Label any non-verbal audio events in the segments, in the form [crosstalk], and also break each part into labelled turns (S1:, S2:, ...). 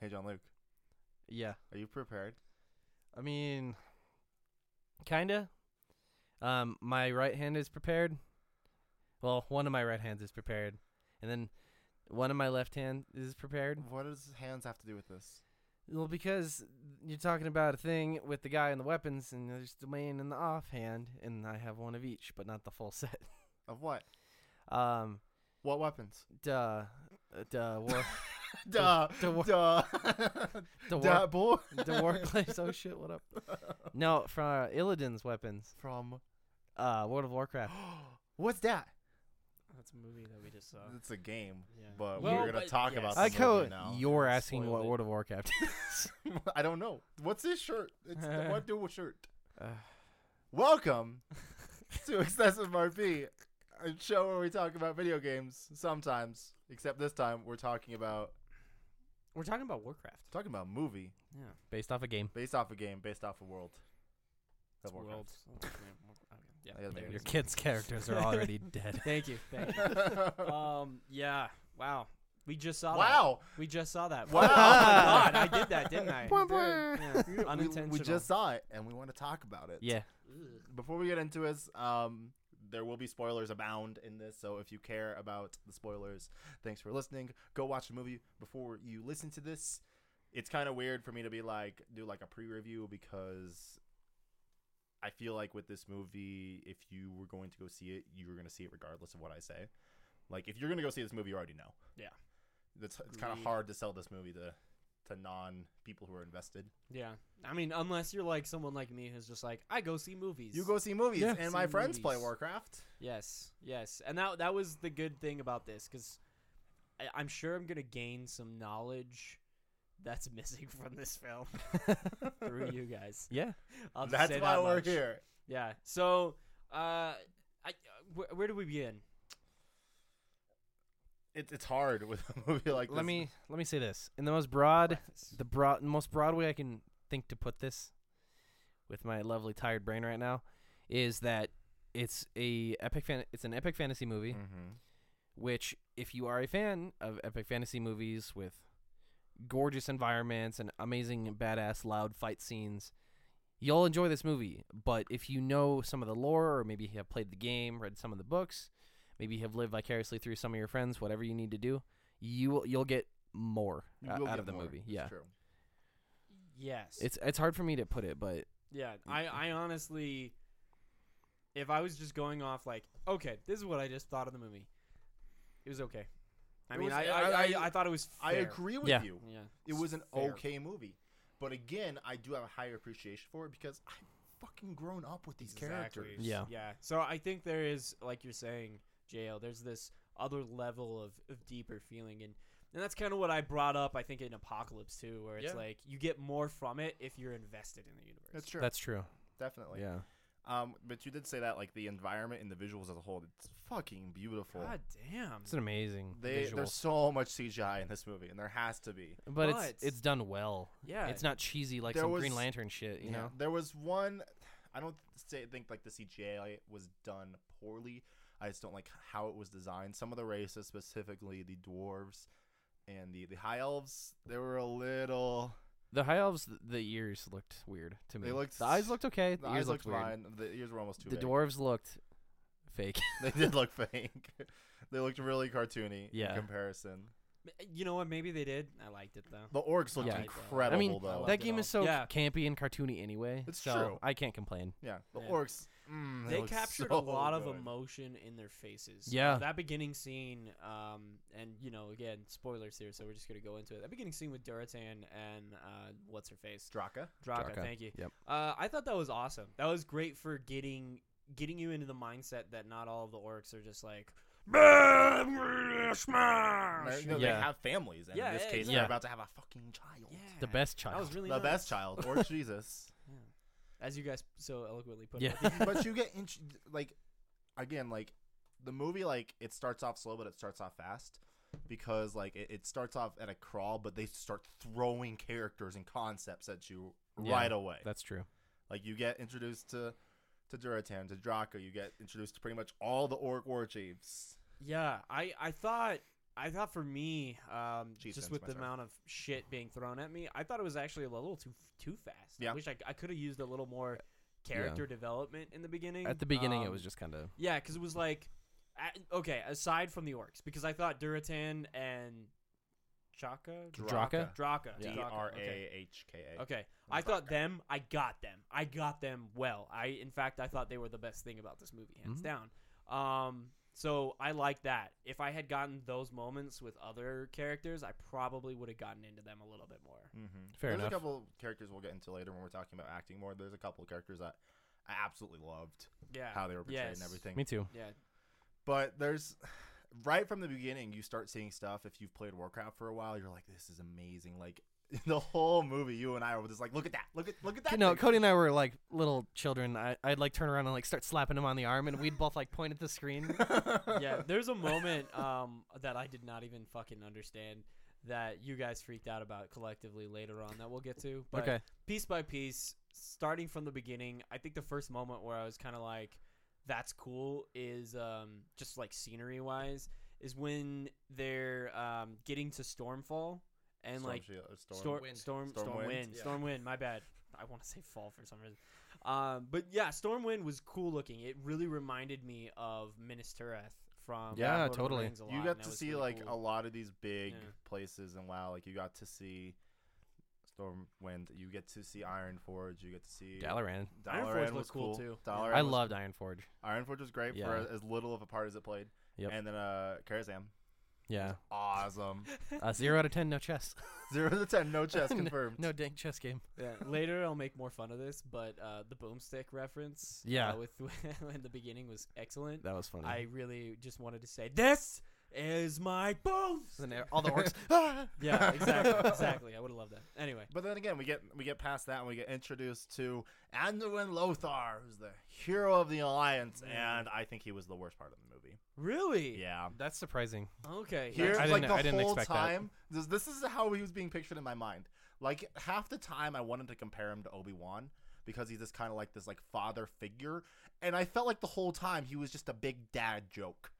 S1: Hey, John Luke,
S2: Yeah.
S1: are you prepared?
S2: I mean, kinda. Um, my right hand is prepared. Well, one of my right hands is prepared, and then one of my left hand is prepared.
S1: What does hands have to do with this?
S2: Well, because you're talking about a thing with the guy and the weapons, and there's the main and the offhand, and I have one of each, but not the full set. [laughs]
S1: Of what?
S2: Um,
S1: What weapons?
S2: duh, uh, duh, war, [laughs]
S1: Duh.
S2: duh, war,
S1: [laughs] Duh.
S2: duh,
S1: Duh,
S2: war,
S1: boy.
S2: duh, war clays. Oh shit, what up? No, from uh, Illidan's weapons,
S1: From. [gasps]
S2: uh, World of Warcraft.
S1: What's that?
S3: That's a movie that we just saw.
S1: It's a game,
S3: Yeah.
S1: but
S3: Well,
S1: we're going to
S3: but
S1: talk
S3: yes.
S1: about
S2: I like
S1: the
S2: how
S1: movie now.
S2: you're asking
S3: Spoiled
S2: what
S3: it.
S2: World of Warcraft is.
S1: [laughs] I don't know. What's this shirt? It's the what dual [sighs] shirt. Welcome to Excessive RP, a show where we talk about video games sometimes, except this time we're talking about
S3: We're talking about Warcraft.
S1: talking about a movie
S3: Yeah.
S2: [laughs] Based off a
S3: [laughs]
S2: game.
S1: based off a game, based off a world.
S3: It's
S1: Of Warcraft.
S3: worlds. Oh, Okay.
S1: I
S3: Yeah.
S1: gotta make
S2: Your
S1: it
S2: kids' characters are
S3: [laughs]
S2: already dead. [laughs]
S3: Thank you. Thank
S1: [laughs]
S3: [laughs] you. um. Yeah. Wow. We just saw.
S1: Wow.
S3: That. We just saw that.
S1: Wow.
S3: Oh my God, I did that,
S1: [laughs]
S3: didn't I? Yeah.
S1: We,
S3: Unintentional.
S1: we just saw it and we want to talk about it.
S2: Yeah.
S1: Before we get into this, um, there will be spoilers abound in this. So if you care about the spoilers, thanks for listening. Go watch the movie before you listen to this. It's kind of weird for me to be like, do like a pre review because I feel like with this movie, if you were going to go see it, you were going to see it regardless of what I say. Like, if you're going to go see this movie, you already know.
S3: Yeah.
S1: That's, it's kind of
S3: Agreed.
S1: hard to sell this movie to, to non people who are invested.
S3: Yeah. I mean, unless you're like someone like me who's just like, I go see movies.
S1: You go see movies,
S2: Yeah.
S1: and
S3: See
S1: my friends
S3: movies.
S1: play Warcraft.
S3: Yes. Yes. And that that was the good thing about this because I'm sure I'm gonna gain some knowledge that's [laughs] missing from
S1: [laughs]
S3: this film
S2: [laughs]
S3: [laughs] through you guys.
S2: Yeah.
S3: I'll just
S1: That's
S3: say
S1: why
S3: that
S1: we're
S3: much.
S1: here.
S3: Yeah. So, uh, I wh- where do we begin?
S1: It, it's hard with a movie like this.
S2: Let me let me say this. In the most broad
S3: Preface.
S2: the broad most broad way I can think to put this with my lovely tired brain right now is that it's a epic fan it's an epic fantasy movie Mm-hmm. which if you are a fan of epic fantasy movies with gorgeous environments and amazing and badass loud fight scenes you'll enjoy this movie but if you know some of the lore or maybe have played the game read some of the books maybe have lived vicariously through some of your friends whatever you need to do you will you'll get more
S1: You
S2: uh,
S1: will
S2: out
S1: get
S2: of the
S1: more.
S2: movie
S1: It's
S2: yeah
S1: true.
S3: Yes.
S2: it's it's hard for me to put it but
S3: yeah. I I honestly, if I was just going off like, okay, this is what I just thought of the movie. It was okay. I
S1: It
S3: mean,
S1: was-
S3: I,
S1: I-
S3: I, I,
S1: I-
S3: I thought it was.
S1: I
S3: fair.
S1: agree with
S2: Yeah.
S1: you.
S3: Yeah.
S1: It was an
S3: fair.
S1: okay movie, but again, I do have a higher appreciation for it because I've fucking grown up with these characters.
S2: Yeah.
S3: Yeah. So I think there is, like you're saying, JL, there's this other level of, of deeper feeling. And, and that's kind of what I brought up, I think, in Apocalypse, too, where it's
S1: Yeah.
S3: like you get more from it if you're invested in the universe.
S1: That's true.
S2: that's true
S1: definitely.
S2: yeah
S1: Um, but you did say that like the environment and the visuals as a whole, it's fucking beautiful.
S3: God damn.
S2: it's an amazing
S1: They,
S2: visual
S1: there's so much CGI in this movie, and there has to be.
S2: but,
S3: But-
S2: it's it's done well.
S3: Yeah.
S2: it's not cheesy like
S1: There
S2: some
S1: was-
S2: Green Lantern shit. You know,
S1: there was one. I don't say, think like the CGI was done poorly. I just don't like how it was designed. Some of the races, specifically the dwarves and the the high elves, they were a little.
S2: the high elves, th- the ears looked weird to me.
S1: They looked-
S2: the eyes looked okay. The,
S1: The
S2: ears
S1: eyes
S2: looked,
S1: looked
S2: weird.
S1: fine. The ears were almost too
S2: The
S1: big.
S2: dwarves looked fake.
S1: [laughs]
S2: [laughs]
S1: they did look fake. they looked really cartoony
S2: Yeah.
S1: in comparison.
S3: eh, You know what? Maybe they did. I liked it, though.
S1: The orcs looked
S2: Yeah.
S1: incredible
S2: I mean,
S1: though.
S3: liked
S2: that
S3: it
S2: game
S3: all.
S2: is so
S3: Yeah.
S2: campy and cartoony anyway.
S1: It's
S2: so
S1: true.
S2: I can't complain.
S1: yeah, the
S3: Yeah.
S1: orcs. Mm,
S3: They
S1: looked
S3: captured
S1: so
S3: a lot of
S1: good.
S3: emotion in their faces.
S2: Yeah.
S3: That beginning scene, um, and, you know, again, spoilers here, so we're just going to go into it. That beginning scene with Duratan and uh, what's her face?
S1: Draka.
S3: Draka,
S2: Draka,
S3: thank you.
S2: yep.
S3: Uh, I thought that was awesome. That was great for getting getting you into the mindset that not all of the orcs are just like
S1: No,
S3: smash.
S1: no, They
S2: Oh, Yeah.
S1: have families, and
S3: Yeah,
S1: in this
S3: yeah,
S1: case,
S2: yeah.
S1: they're about to have a fucking child.
S3: Yeah.
S2: The best
S3: That was
S2: child.
S3: really
S1: the
S3: nice.
S1: best child or Jesus.
S3: as you guys so eloquently put
S2: Yeah.
S3: it. at the
S1: But you get int- like again like the movie like it starts off slow but it starts off fast because like it, it starts off at a crawl but they start throwing characters and concepts at you
S2: Yeah,
S1: right away.
S2: That's true.
S1: Like you get introduced to to Duratan, to Draco, you get introduced to pretty much all the orc war chiefs.
S3: Yeah, I I thought I thought for me, um,
S1: Chiefs
S3: just
S1: fans,
S3: with
S1: my
S3: the
S1: sorry.
S3: amount of shit being thrown at me, I thought it was actually a little too too fast.
S1: Yeah.
S3: I wish I, I could have used a little more character development in the beginning.
S2: At the beginning, it
S3: Um,
S2: was just kind of
S3: yeah, because it was like, a- okay, aside from the orcs, because I thought Duratan and Chaka,
S2: Draka?
S3: Draka,
S1: D
S3: Draka,
S1: R
S3: okay.
S1: A H K A.
S3: Okay. I thought them, I got them. I got them well. I in fact I thought they were the best thing about this movie, hands
S2: Mhm.
S1: Mm-hmm.
S3: down. Um so I like that. If I had gotten those moments with other characters, I probably would have gotten into them a little bit more.
S1: Mm-hmm.
S2: fair
S1: There's
S2: enough.
S1: a couple characters we'll get into later when we're talking about acting more. There's a couple of characters that I absolutely loved
S3: Yeah.
S1: how they were portrayed
S3: Yes.
S1: and everything.
S2: Me too.
S3: yeah.
S1: But there's right from the beginning, you start seeing stuff. If you've played Warcraft for a while, you're like, this is amazing. Like [laughs] the whole movie, you and I were just like, look at that, look at look at that.
S2: No,
S1: thing."
S2: Cody and I were like little children. I, I'd like turn around and like start slapping him on the arm, and we'd both like point at the screen.
S1: [laughs]
S3: Yeah. There's a moment um that I did not even fucking understand that you guys freaked out about collectively later on that we'll get to. But
S2: okay.
S3: piece by piece, starting from the beginning, I think the first moment where I was kind of like, "That's cool," is um, just like scenery wise, is when they're um, getting to Stormfall and
S1: Storm
S3: like
S1: Shield- Storm-
S3: storm,
S2: Wind.
S3: storm,
S1: Storm
S3: storm,
S1: Wind.
S3: wind,
S1: Yeah.
S3: storm wind. My bad. I want to say fall for some reason. Um, but yeah, storm wind was cool looking. It really reminded me of Minas Tirith from
S2: Yeah,
S3: Lord of the
S2: totally.
S3: Rings a lot,
S1: you
S3: and
S1: got
S3: that
S1: to
S3: was
S1: see
S3: really
S1: like
S3: cool.
S1: a lot of these big
S3: Yeah.
S1: places and wow like you got to see stormwind you get to see ironforge you get to see
S2: Dalaran.
S1: Dalaran
S3: Ironforge
S1: was
S3: looked cool,
S1: cool
S3: too.
S1: Dalaran
S2: I
S1: was-
S2: loved Iron Forge.
S1: ironforge was great for
S2: Yeah.
S1: as little of a part as it played
S2: Yep.
S1: and then uh karazam
S2: Yeah.
S1: [laughs] awesome
S2: Uh, zero out of ten. No chess.
S1: [laughs]
S2: [laughs]
S1: zero to ten no
S3: [laughs]
S1: chess confirmed
S2: No dank chess game.
S3: Yeah, later I'll make more fun of this, but uh, the boomstick reference, uh,
S2: Yeah.
S3: with [laughs] in the beginning was excellent.
S2: That was funny.
S3: I really just wanted to say, this is my boom.
S2: and then all the
S3: [laughs]
S1: [laughs]
S2: orcs.
S3: yeah, exactly, exactly. I would have loved that. Anyway,
S1: Ah! But then again, we get we get past that and we get introduced to Anduin Lothar, who's the hero of the Alliance,
S3: Mm.
S1: and I think he was the worst part of the movie.
S3: really?
S1: Yeah,
S2: That's surprising.
S3: Okay.
S1: Here,
S2: I
S1: like
S2: didn't-
S1: the
S2: I didn't
S1: whole
S2: expect that.
S1: time, this, this is how he was being pictured in my mind. Like half the time, I wanted to compare him to Obi Wan because he's this kind of like this like father figure, and I felt like the whole time he was just a big dad joke.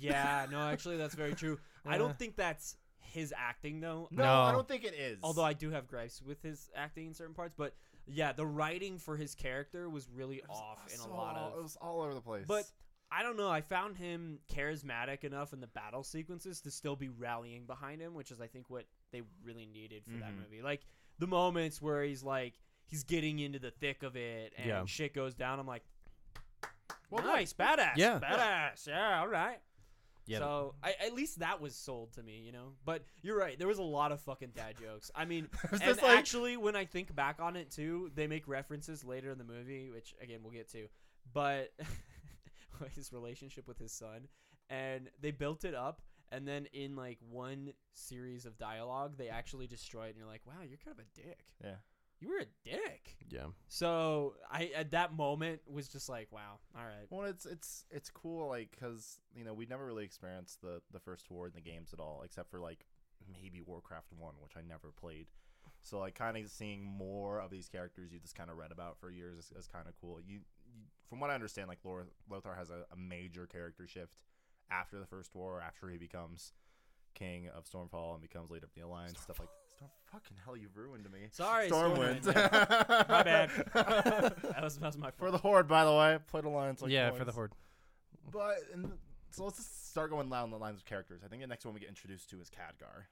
S3: yeah. No, actually, that's very true. I
S2: Yeah.
S3: don't think that's his acting though.
S1: No, I
S2: No.
S1: don't think it is.
S3: Although I do have gripes with his acting in certain parts, but yeah, the writing for his character was really
S1: It was
S3: off in
S1: so-
S3: a lot of
S1: it was all over the place.
S3: But I don't know. I found him charismatic enough in the battle sequences to still be rallying behind him, which is I think what they really needed for that
S2: Mm-hmm.
S1: Mhm.
S3: movie. Like the moments where he's like he's getting into the thick of it and
S2: Yeah.
S3: shit goes down. I'm like,
S1: Well done.
S3: nice, badass,
S2: Yeah.
S3: badass, yeah, all right.
S2: Yeah.
S3: So I, at least that was sold to me, you know. But you're right. There was a lot of fucking dad jokes. I mean,
S1: [laughs] It's
S3: and
S1: just like-
S3: actually, when I think back on it too, they make references later in the movie, which again we'll get to. But [laughs] his relationship with his son, and they built it up, and then in like one series of dialogue, they actually destroy it, and you're like, wow, you're kind of a dick.
S1: yeah,
S3: You were a dick.
S2: yeah.
S3: So I at that moment was just like, wow, all right,
S1: Well, it's it's it's cool, like because you know we never really experienced the the first war in the games at all, except for like maybe Warcraft One, which I never played. So like kind of seeing more of these characters you just kind of read about for years is, is kind of cool. You, you, from what I understand, like Lor- Lothar has a, a major character shift after the first war, after he becomes king of Stormfall and becomes leader of the Alliance, stuff like. Storm fucking hell, you ruined me.
S3: sorry,
S1: Stormwind. [laughs]
S3: Stormwind. Yeah. My bad. that
S1: bad.
S3: was that was my
S1: for
S3: fault.
S1: the Horde, by the way, played Alliance. Like
S2: yeah, for the
S1: once.
S2: horde.
S1: But and so let's just start going down the lines of characters. I think the next one we get introduced to is Khadgar.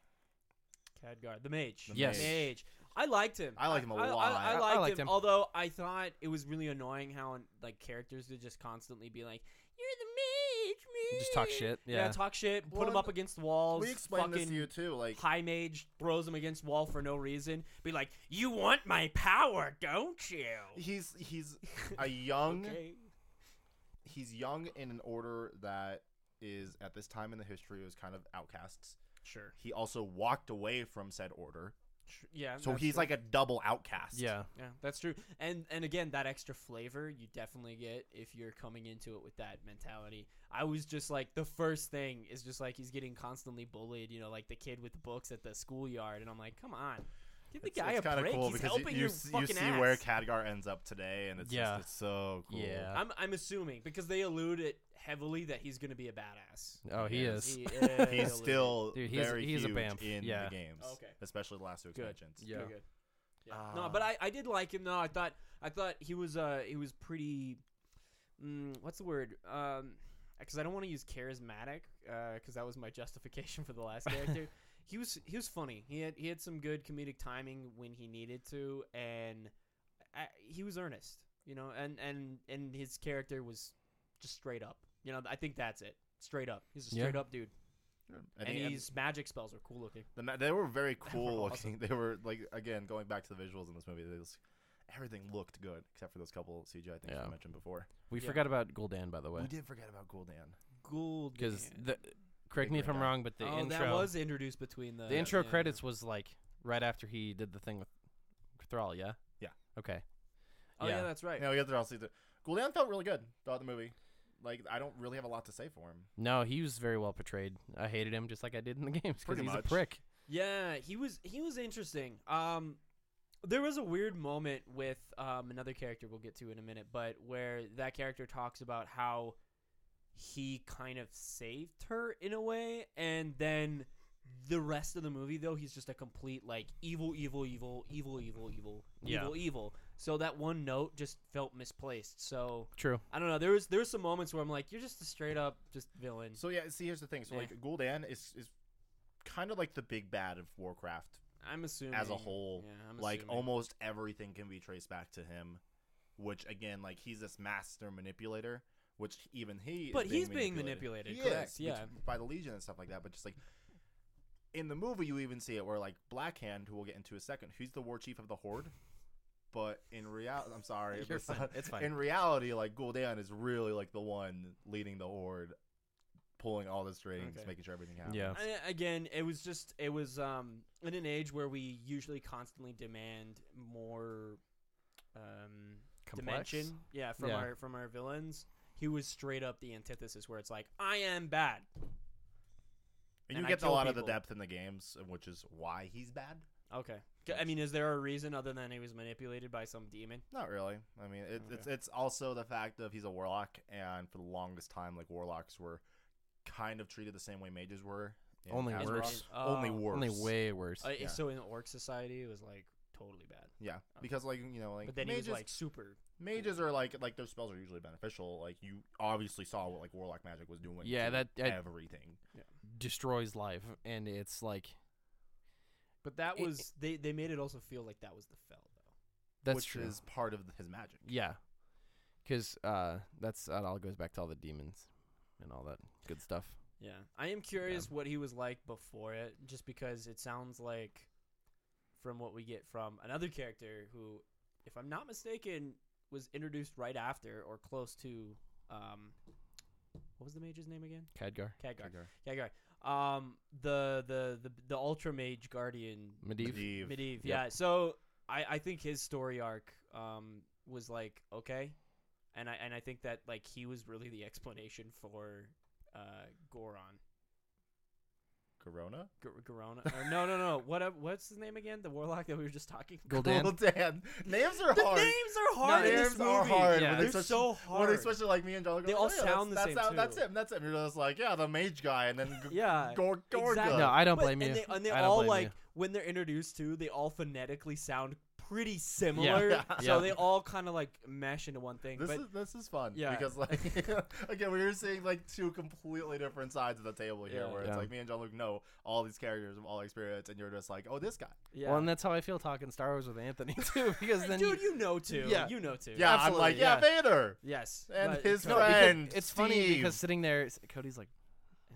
S3: Khadgar, the mage.
S1: The
S2: Yes.
S3: mage. I liked him.
S1: I like him a
S3: I-
S1: lot.
S3: I, I,
S2: I
S3: liked,
S2: liked
S3: him,
S2: him.
S3: Although I thought it was really annoying how like characters would just constantly be like, "You're the mage, mage."
S2: Just talk shit.
S3: Yeah,
S2: Yeah.
S3: talk shit. Put
S1: Well,
S3: him up against walls.
S1: We explained
S3: fucking
S1: this to you too. Like
S3: High mage throws him against wall for no reason. Be like, "You want my power, don't you?"
S1: [laughs] he's
S3: [laughs]
S1: he's a young
S3: Okay.
S1: he's young in an order that is at this time in the history was kind of outcasts.
S3: Sure.
S1: He also walked away from said order,
S3: Sure. Yeah.
S1: so
S3: that's
S1: he's
S3: true.
S1: like a double outcast.
S2: yeah.
S3: Yeah, that's true. And and again, that extra flavor you definitely get if you're coming into it with that mentality. I was just like the first thing is just like he's getting constantly bullied, you know, like the kid with the books at the schoolyard and I'm like, "Come on. Give the
S1: It's,
S3: guy a
S1: kind of
S3: break.
S1: cool
S3: He's
S1: because you,
S3: helping
S1: you,
S3: your
S1: s- you
S3: fucking
S1: see where uh,
S3: ass.
S1: Khadgar ends up today, and it's
S2: Yeah.
S1: just it's so cool.
S2: Yeah.
S3: I'm I'm assuming because they allude it heavily that he's gonna be a badass.
S2: Oh, he
S1: Yes.
S2: is. [laughs]
S3: He is.
S1: he's still
S2: Dude, he's-
S1: very
S2: he's a
S1: huge
S2: bamf.
S1: in
S2: Yeah.
S1: the games,
S3: Okay.
S1: especially the last two
S3: Good.
S1: expansions.
S2: Yeah.
S3: Pretty good. Yeah. no, but
S1: Uh,
S3: I, I did like him though. I thought I thought he was uh he was pretty. Mm, what's the word? Um, because I don't want to use charismatic. Uh, because that was my [laughs] justification for
S1: [laughs]
S3: the last character. he was he was funny. He had he had some good comedic timing when he needed to, and I, he was earnest. You know, and and and his character was just straight up. You know, I think that's it. Straight up. He's a
S2: Yeah.
S3: straight up dude,
S1: I
S3: and
S1: think- and
S3: his magic spells were cool looking.
S1: the ma- they were very
S3: [laughs]
S1: cool
S3: awesome.
S1: looking. They were like again going back to the visuals in this movie. They just, everything looked good except for those couple CGI things
S2: Yeah.
S1: we mentioned before.
S2: We
S3: Yeah.
S2: forgot about Gul'dan, by the way,
S1: We did forget about Gul'dan.
S3: Gold
S2: because the. Correct me if I'm
S1: Gul'dan.
S2: wrong, but the
S3: oh,
S2: intro
S3: that was introduced between the
S2: the intro
S3: yeah.
S2: credits was like right after he did the thing with Thrall. Yeah.
S1: Yeah.
S2: Okay.
S3: Oh yeah,
S2: Yeah.
S3: that's right.
S1: Yeah, we got the all season. Gul'dan felt really good throughout the movie. Like I don't really have a lot to say for him.
S2: No, he was very well portrayed. I hated him just like I did in the [laughs] games because
S1: Pretty
S2: he's
S1: much.
S2: a prick.
S3: Yeah, he was he was interesting. Um, there was a weird moment with um another character we'll get to in a minute, but where that character talks about how he kind of saved her in a way, and then the rest of the movie though he's just a complete like evil, evil, evil, evil, evil, evil,
S2: Yeah.
S3: evil, evil. So that one note just felt misplaced. So
S2: True.
S3: I don't know. There was there was some moments where I'm like, you're just a straight up just villain.
S1: So yeah, see here's the thing. So
S3: Yeah.
S1: like Gul'dan is is kind of like the big bad of Warcraft
S3: I'm assuming
S1: as a whole.
S3: Yeah, I'm
S1: like
S3: assuming.
S1: almost everything can be traced back to him, which again, like he's this master manipulator, which even he. is
S3: But he's being manipulated,
S1: He
S3: correct,
S1: is,
S3: yeah.
S1: which- by the Legion and stuff like that. But just like in the movie, you even see it where like Blackhand, who we'll get into in a second, he's the war chief of the Horde. But in reality, I'm
S3: [laughs]
S1: sorry,
S2: You're
S1: but-
S2: fine. It's fine.
S1: In reality, like Gul'dan is really like the one leading the Horde, pulling all the strings,
S3: Okay.
S1: making sure everything happens.
S2: Yeah.
S3: I- again, it was just it was um in an age where we usually constantly demand more um dimension, yeah, from
S2: Yeah.
S3: our from our villains. He was straight up the antithesis, where it's like I am bad.
S1: and you
S3: And I
S1: get a
S3: kill
S1: lot of
S3: people.
S1: the depth in the games, which is why he's bad.
S3: Okay, C- I mean, is there a reason other than he was manipulated by some demon?
S1: Not really. I mean, it, it's
S3: Okay.
S1: it's also the fact of he's a warlock, and for the longest time, like warlocks were kind of treated the same way mages were. in
S2: Only
S1: Azeroth.
S2: worse.
S1: Only
S3: Oh.
S1: worse.
S2: Only way worse.
S3: Uh,
S1: Yeah.
S3: So in the orc society, it was like totally bad.
S1: Yeah, because like you know, like
S3: But then
S1: mages,
S3: he was like super.
S1: mages are like like their spells are usually beneficial. Like you obviously saw what like warlock magic was doing.
S2: Yeah,
S1: to
S2: that- that-
S1: everything.
S2: Destroys life, and it's like
S3: But that
S2: It-
S3: was they they made it also feel like that was the fell though.
S2: that's
S1: which
S2: true.
S1: is part of his magic.
S2: yeah, because uh, that's that all goes back to all the demons and all that good stuff.
S3: Yeah, I am curious what he was like before it, just because it sounds like from what we get from another character who, if I'm not mistaken, was introduced right after or close to. Um, what was the mage's name again?
S2: Khadgar,
S3: Khadgar. Khadgar. Um, the the the the ultra mage guardian
S2: Medivh.
S1: Medivh.
S3: Medivh.
S2: Yep.
S3: Yeah. So I, I think his story arc um was like okay, and I and I think that like he was really the explanation for uh Goron.
S1: Corona.
S3: G- Garona. Or no, no, no. What uh, what's his name again? The warlock that we were just talking. about?
S2: Gul'dan.
S1: Well, damn. Names are
S3: The
S1: hard.
S3: names are hard in this
S1: names are
S3: movie.
S1: hard
S2: Yeah.
S1: when
S3: They're
S1: it's such-
S3: so
S1: When
S3: hard.
S1: they switch to like me and John,
S3: They all sound the
S1: that's,
S3: same,
S1: How,
S3: too.
S1: That's him. That's him. You're just like, yeah, the mage guy, and
S3: [laughs]
S1: then g-
S3: yeah.
S1: Gor- Gorga.
S3: exactly.
S2: No, I don't
S3: But-
S2: blame
S3: and
S2: you.
S3: They, and they
S2: I don't
S3: all
S2: blame
S3: like
S2: you.
S3: when they're introduced to, they all phonetically sound pretty similar.
S1: Yeah.
S3: So
S2: Yeah.
S3: they all kind of like mesh into one thing.
S1: This
S3: but
S1: is this is fun.
S3: Yeah.
S1: Because like [laughs] again, we were seeing like two completely different sides of the table here,
S3: Yeah.
S1: where it's
S2: Yeah.
S1: like me and John Luke know all these characters of all experience, and you're just like, oh, this guy.
S3: yeah.
S2: Well, and that's how I feel talking Star Wars with Anthony [laughs] too, because then
S3: dude, you know too.
S2: Yeah.
S3: You know too.
S1: Yeah,
S2: Absolutely,
S1: I'm like, yeah, Vader.
S3: Yes.
S1: And
S3: but-
S1: his
S2: No, [laughs]
S3: so-
S2: because
S1: friend,
S2: It's funny because
S1: Steve.
S2: sitting there, s- Cody's like,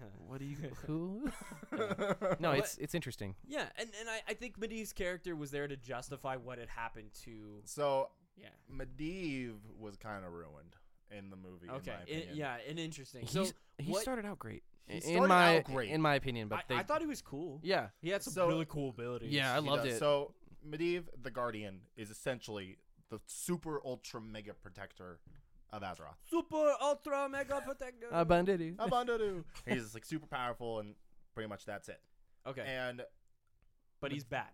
S2: [laughs] "What do you who?" no,
S1: [laughs]
S3: But-
S2: it's it's interesting.
S3: [laughs] Yeah, and, and I, I think Medivh's character was there to justify what had happened to
S1: so
S3: yeah.
S1: Medivh was kind of ruined in the movie. in
S3: Okay,
S1: my
S3: it,
S1: opinion.
S3: yeah, and interesting. So
S2: He's- he
S3: what-
S2: started out great.
S1: He
S2: in
S1: started
S2: my
S1: out great.
S2: in my opinion, but
S3: I,
S2: they
S3: I thought he was cool.
S2: yeah
S3: He had some
S1: So-
S3: really cool abilities.
S2: yeah I
S1: He
S2: loved
S1: does.
S2: it.
S1: So Medivh the Guardian is essentially the super ultra mega protector of Azeroth.
S3: super ultra mega protector.
S2: Uh, Banditti.
S1: Oh. Abandodu. He's like super powerful and pretty much that's it.
S3: okay,
S1: And
S3: but he's bad.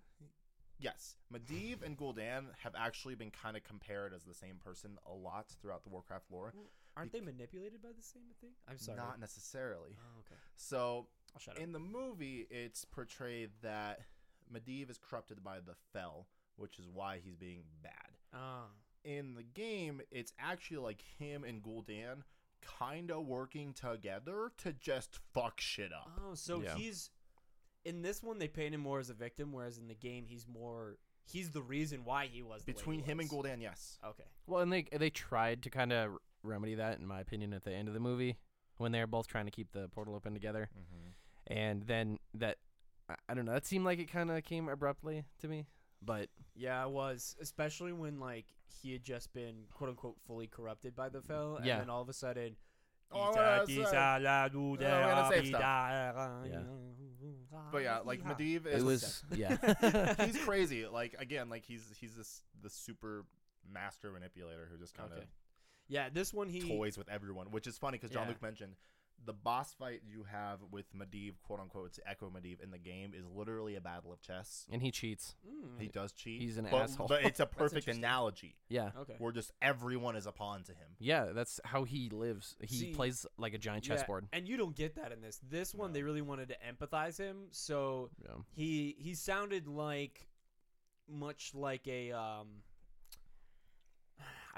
S1: Yes, Medivh and Gul'dan have actually been kind of compared as the same person a lot throughout the Warcraft lore.
S3: Aren't they manipulated by the same thing? I'm sorry.
S1: Not necessarily.
S3: Oh, okay.
S1: So
S3: I'll Oh, shut up.
S1: in the movie, it's portrayed that Medivh is corrupted by the Fell, which is why he's being bad.
S3: Ah.
S1: In the game, it's actually like him and Gul'dan kind of working together to just fuck shit up.
S3: Oh, so
S2: Yeah.
S3: he's in this one they paint him more as a victim, whereas in the game he's more he's the reason why he was the way
S1: Between
S3: he
S1: him and
S3: was.
S1: Gul'dan, yes.
S3: Okay.
S2: Well, and they they tried to kind of remedy that, in my opinion, at the end of the movie when they were both trying to keep the portal open together, and then that I, I don't know. That seemed like it kind of came abruptly to me, but
S3: Yeah, it was especially when like he had just been quote unquote fully corrupted by the fell, and
S2: Yeah.
S3: then all of a sudden.
S1: Oh, I'm gonna
S3: Ita-
S1: say- Oh,
S3: Ita la du
S1: I'm
S3: de
S1: gonna say
S3: abi
S1: stuff.
S3: da- ah,
S2: Yeah.
S1: But yeah, like
S3: Yeah.
S1: Medivh is
S2: it was yeah.
S1: [laughs]
S2: [laughs]
S1: he's crazy. Like again, like he's he's this the super master manipulator who just kind of
S3: Okay. Yeah, this one he
S1: toys with everyone, which is funny because John
S3: Yeah.
S1: Luke mentioned the boss fight you have with Medivh, quote unquote, it's Echo Medivh in the game is literally a battle of chess.
S2: and he cheats.
S3: Mm,
S1: He does cheat.
S2: He's an
S1: but,
S2: asshole.
S1: But
S2: [laughs]
S1: it's a perfect
S3: interesting.
S1: analogy
S2: Yeah,
S3: okay.
S1: where just everyone is a pawn to him. [laughs]
S2: yeah. That's how he lives. He
S3: See,
S2: plays like a giant
S3: Yeah,
S2: chessboard.
S3: and you don't get that in this. This one they really wanted to empathize him, so
S2: Yeah.
S3: he he sounded like much like a um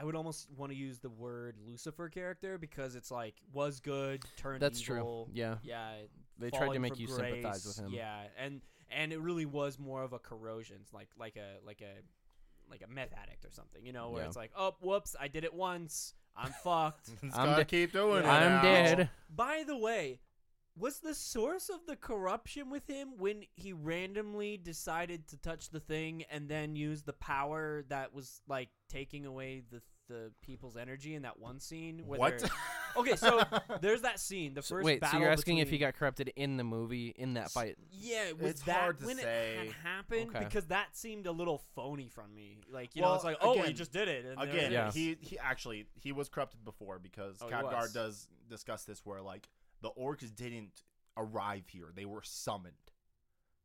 S3: I would almost want to use the word Lucifer character because it's like was good turned
S2: That's
S3: evil.
S2: true. Yeah,
S3: Yeah,
S2: they tried to
S3: fallen
S2: make
S3: from
S2: you sympathize with
S3: grace.
S2: him.
S3: Yeah, and and it really was more of a corrosion, It's like like a like a like a meth addict or something, you know, where
S2: Yeah.
S3: it's like, oh, whoops, I did it once, I'm
S2: [laughs]
S3: fucked.
S1: He's
S2: I'm
S1: gotta
S2: de-
S1: keep doing
S3: Yeah.
S1: it. now.
S2: I'm dead.
S3: By the way, was the source of the corruption with him when he randomly decided to touch the thing and then use the power that was like taking away the the people's energy in that one scene? Where
S1: What?
S3: they're-
S1: [laughs]
S3: Okay, so there's that scene, the
S2: So-
S3: first
S2: wait, so
S3: battle
S2: you're asking if he
S3: between-
S2: got corrupted in the movie in that fight?
S3: yeah, was
S1: It's
S3: that
S1: hard to
S3: when it
S1: say.
S3: had happened?
S2: Okay.
S3: Because that seemed a little phony from me. Like you know,
S1: Well,
S3: it's like oh, he
S1: again-
S3: just did it. And there
S1: Again,
S3: it
S2: Yeah.
S3: is.
S1: he he actually he was corrupted before because
S3: Oh, he was.
S1: Khadgar does discuss this where like the orcs didn't arrive here; they were summoned,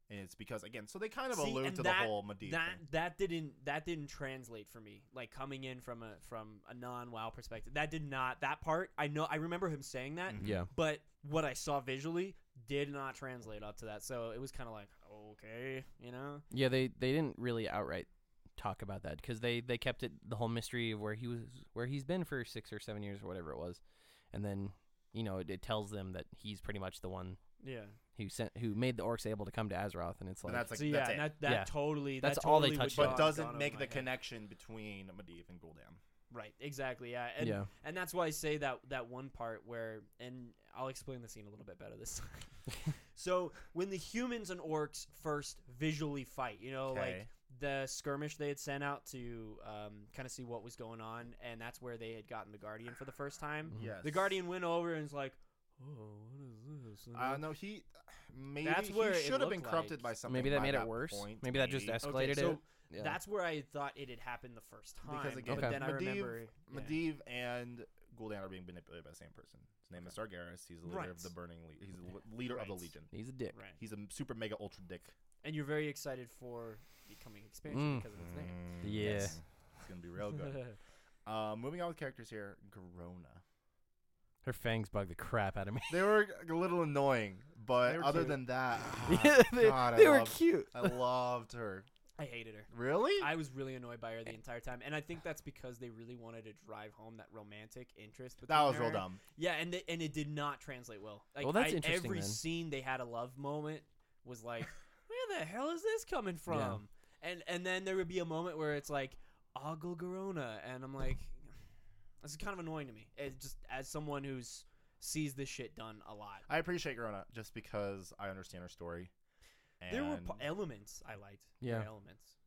S1: and it's because again, so they kind of
S3: See,
S1: allude
S3: and
S1: to
S3: that-
S1: the whole Medivh
S3: that
S1: thing.
S3: that didn't that didn't translate for me like coming in from a from a non wow perspective that did not that part i know i remember him saying that
S1: Mhm.
S2: Yeah.
S3: but what i saw visually did not translate up to that so it was kind of like okay you know
S2: Yeah, they they didn't really outright talk about that because they they kept it the whole mystery of where he was where he's been for six or seven years or whatever it was, and then you know it, it tells them that he's pretty much the one
S3: yeah
S2: who sent who made the orcs able to come to Azeroth, and it's
S1: But
S2: like
S1: that's like
S3: so yeah
S1: that's it.
S3: that, that
S2: Yeah.
S3: totally
S2: That's
S3: that
S2: all they
S3: totally would
S2: touched
S3: gone-
S2: on.
S1: but
S2: Gone
S1: doesn't
S3: gone
S1: make
S3: over
S1: the
S3: my head.
S1: connection between Medivh and Gul'dan.
S3: right exactly yeah and [laughs]
S2: yeah
S3: and that's why I say that that one part where, and I'll explain the scene a little bit better this [laughs] time. so when the humans and orcs first visually fight, you know, like
S1: Okay.
S3: the skirmish they had sent out to um, kind of see what was going on, and that's where they had gotten the guardian for the first time.
S2: Mhm.
S1: Yes,
S3: The guardian went over and was like, "Oh, what is this?" And
S1: Uh,
S3: then-
S1: no, he maybe
S3: That's where it
S1: he should have been
S3: looked
S1: corrupted
S3: like.
S1: by something.
S2: maybe that
S1: by
S2: made it worse
S1: point,
S2: maybe that just
S1: maybe.
S2: escalated
S3: so
S2: it yeah.
S3: That's where I thought it had happened the first time.
S1: Because again,
S3: but
S2: Okay.
S3: then I
S1: Medivh-
S3: remember yeah.
S1: Medivh and Gul'dan are being manipulated by the same person. His name is Sargeras. He's the leader
S3: Right.
S1: of the Burning Legion. He's the le- leader of the
S3: Right.
S1: Legion.
S2: he's a dick
S3: right,
S1: He's a super mega ultra dick.
S3: and you're very excited for the coming expansion
S2: Mm.
S3: because of its name.
S2: Yeah.
S1: Yes. It's gonna be real [laughs] good. Uh, moving on with characters here, Garona.
S2: her fangs bug the crap out of me
S1: They were a little annoying, but
S3: They were
S1: other
S3: cute.
S1: than [laughs] that,
S2: [laughs] Yeah,
S1: ah, God, I loved,
S2: cute
S1: I loved her.
S3: [laughs] I hated her.
S1: Really?
S3: I was really annoyed by her the entire time, and I think that's because they really wanted to drive home that romantic interest.
S1: that
S3: between
S1: was real
S3: her.
S1: dumb.
S3: Yeah, and they, and it did not translate well. Like,
S2: Well, that's
S3: I-
S2: interesting
S3: Every
S2: then.
S3: scene they had a love moment
S1: [laughs]
S3: was like, where the hell is this coming from? And and then there would be a moment where it's like, Ogle Garona, and I'm like, this is kind of annoying to me. It just as someone who's sees this shit done a lot.
S1: I appreciate Garona just because I understand her story. And
S3: There were p- elements I liked. There were
S2: Yeah.
S3: elements.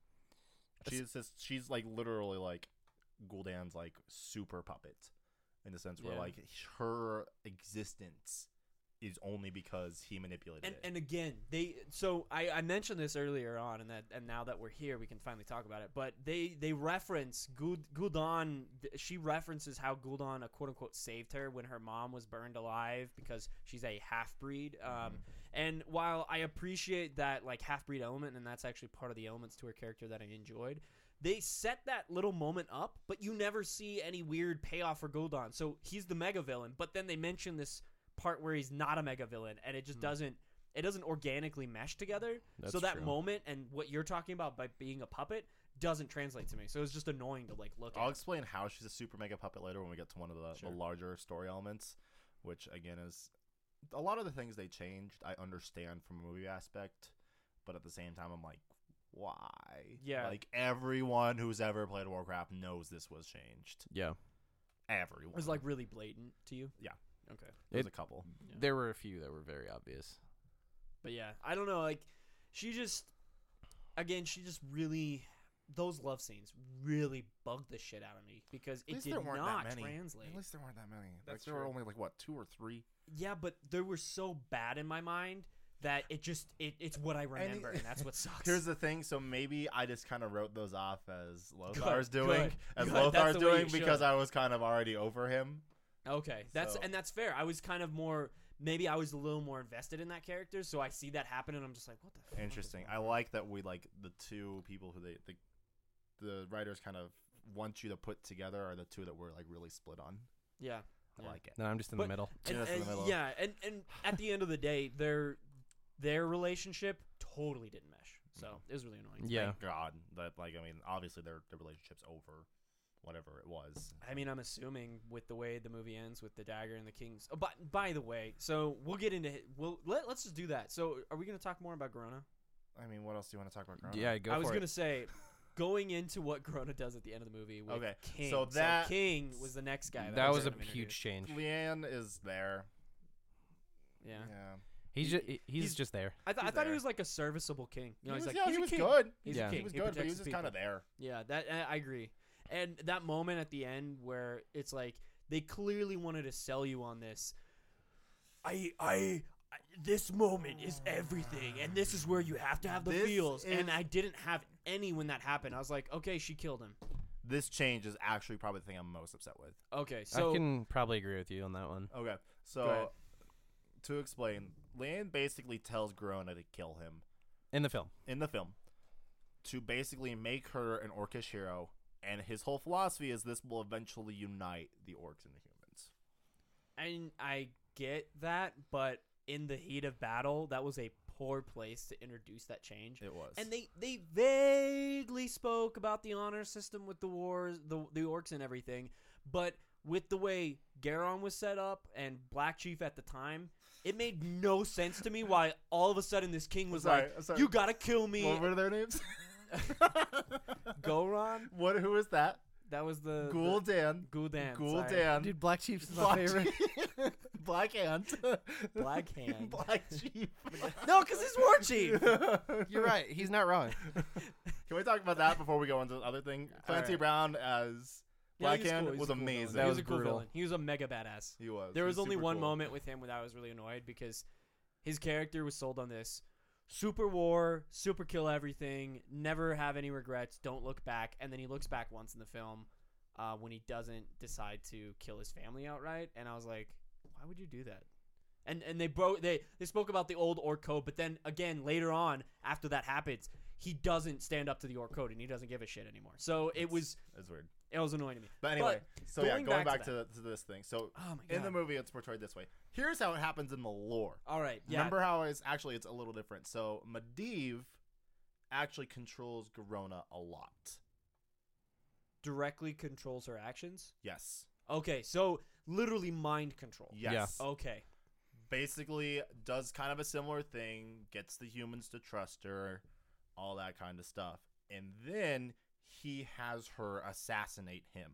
S3: eh,
S1: she's just, she's like literally like Gul'dan's like super puppet in the sense where
S3: Yeah.
S1: like her existence is only because he manipulated
S3: and
S1: it.
S3: and again they so I, I mentioned this earlier on and that and now that we're here we can finally talk about it but they they reference Guld, Gul'dan th- she references how uh, Gul'dan a quote unquote saved her when her mom was burned alive because she's a half breed um And while I appreciate that like half breed element, and that's actually part of the elements to her character that I enjoyed, they set that little moment up, but you never see any weird payoff for Gul'dan. So he's the mega villain, but then they mention this part where he's not a mega villain, and it just
S2: Hmm.
S3: doesn't it doesn't organically mesh together. so
S2: That's
S3: that
S2: true.
S3: moment and what you're talking about by being a puppet doesn't translate to me. So it's just annoying to like look
S1: I'll
S3: at.
S1: explain how she's a super mega puppet later when we get to one of the,
S3: Sure.
S1: the larger story elements, which again is a lot of the things they changed. I understand from a movie aspect, but at the same time, I'm like, why?
S3: Yeah.
S1: like everyone who's ever played Warcraft knows this was changed.
S2: [laughs] Yeah.
S1: Everyone.
S3: It was like really blatant to you.
S1: Yeah.
S3: Okay.
S1: there's
S2: it-
S1: a couple.
S3: Yeah.
S2: There were a few that were very obvious.
S3: But yeah, I don't know. Like, she just, again, she just really, those love scenes really bugged the shit out of me because it
S1: least
S3: did
S1: there weren't that
S3: not
S1: many.
S3: translate.
S1: At least there weren't that many.
S3: That's
S1: like, there were
S3: true.
S1: only like what two or three.
S3: Yeah, but they were so bad in my mind that it just, it, it's what I remember, and,
S1: [laughs]
S3: that's what sucks.
S1: Here's the thing. So maybe I just kind of wrote those off as Lothar's
S3: Good,
S1: doing,
S3: good,
S1: as
S3: good. That's
S1: Lothar's
S3: the way you
S1: doing because
S3: should.
S1: I was kind of already over him.
S3: okay, that's
S1: So-
S3: and that's fair. I was kind of more, maybe I was a little more invested in that character, so I see that happen, and I'm just like, what the? fuck is
S1: Interesting.
S3: going
S1: I like that we like the two people who they the, the writers kind of want you to put together are the two that we're like really split on.
S3: Yeah.
S1: I
S3: Yeah.
S1: like it.
S2: Then I'm just in
S3: But-
S2: the middle.
S1: Yeah,
S3: And-
S1: that's in the
S3: and-
S1: middle.
S3: yeah, and and at the end of the day, their their relationship totally didn't mesh.
S1: Mm-hmm.
S3: So it was really annoying.
S2: Yeah.
S1: Thank God that like I mean obviously their their relationship's over, whatever it was.
S3: I mean, I'm assuming with the way the movie ends with the dagger and the king's. Oh, by, by the way, so we'll get into it. We'll let, let's just do that. So are we going to talk more about Corona?
S1: I mean, what else do you want to talk about? Corona?
S2: Yeah, go
S3: I was
S2: for
S3: going
S2: it.
S3: to say going into what Corona does at the end of the movie. With
S1: Okay,
S3: King.
S1: so that-
S3: King was the next guy. That,
S2: that
S3: I
S2: was a
S3: gonna
S2: huge change.
S1: Leanne is there.
S3: introduce. Yeah,
S2: He's
S3: He-
S2: just he's,
S3: he's-
S2: just there.
S3: I, th- I
S1: He's
S3: thought he
S1: there.
S3: was like a serviceable king. You know,
S1: he was,
S3: he's like
S1: yeah,
S3: he's
S1: he
S3: a
S1: was
S3: king.
S1: good.
S3: He's
S2: Yeah. He
S3: a king.
S1: He was good, but he
S3: protects
S1: was
S3: his
S1: just kind
S3: people.
S1: of there.
S3: Yeah, that I I agree. And that moment at the end where it's like they clearly wanted to sell you on this. I I I- this moment is everything and this is where you have to have the
S1: This
S3: feels
S1: is-
S3: and I didn't have any when that happened. I was like, "Okay, she killed him."
S1: This change is actually probably the thing I'm most upset with.
S3: Okay, so
S2: I can probably agree with you on that one.
S1: Okay,
S3: ahead.
S1: so to explain, Leanne basically tells Grona to kill him
S2: In the film.
S1: in the film to basically make her an orcish hero, and his whole philosophy is this will eventually unite the orcs and the humans.
S3: and I get that, but in the heat of battle, that was a poor place to introduce that change.
S1: It was,
S3: And they they vaguely spoke about the honor system with the wars, the the orcs and everything, but with the way Garon was set up and Black Chief at the time, it made no sense to me why all of a sudden this king was
S1: sorry,
S3: like,
S1: I'm sorry.
S3: "You gotta kill me,
S1: what were their
S3: [laughs]
S1: names?
S3: Goron."
S1: what? Who is that?
S3: That was the
S1: Ghoul Dan.
S3: Ghoul Dan.
S1: Ghoul
S3: sorry.
S1: Dan.
S2: [laughs] Dude, Black Chiefs
S1: Black [laughs] Black Ant. [laughs]
S3: Black Hand.
S1: Black Chief.
S3: [laughs] No, because it's War
S1: [laughs]
S3: Chief.
S2: [laughs] You're right. He's not
S3: [laughs]
S2: wrong.
S1: Can we talk about that before we go into the other thing? Clancy
S3: right.
S1: Brown as
S3: Yeah, he
S1: Black Hand
S3: cool, he
S1: was
S3: a cool villain.
S1: amazing.
S2: That
S3: he
S2: was
S3: was a cool
S2: brutal.
S3: villain. He was a mega badass.
S1: He was.
S3: There
S1: He
S3: was only
S1: super
S3: one
S1: cool.
S3: moment with him where I was really annoyed because his character was sold on this super war, super kill everything, never have any regrets, don't look back, and then he looks back once in the film uh, when he doesn't decide to kill his family outright, and I was like, why would you do that? And and they bro they they spoke about the old orc code, but then again later on after that happens, he doesn't stand up to the orc code and he doesn't give a shit anymore. So it was
S1: That's weird.
S3: it was annoying to me.
S1: But anyway, so yeah,
S3: going
S1: going
S3: back
S1: back,
S3: to
S1: to, to this thing. So
S3: Oh my god!
S1: in the movie, it's portrayed this way. Here's how it happens in the lore.
S3: All right, yeah,
S1: Remember how it's actually it's a little different. So Medivh actually controls Garona a lot.
S3: directly controls her actions.
S1: Yes.
S3: Okay, so literally mind control.
S1: Yes.
S3: Okay.
S1: Basically, does kind of a similar thing. Gets the humans to trust her, all that kind of stuff, and then he has her assassinate him.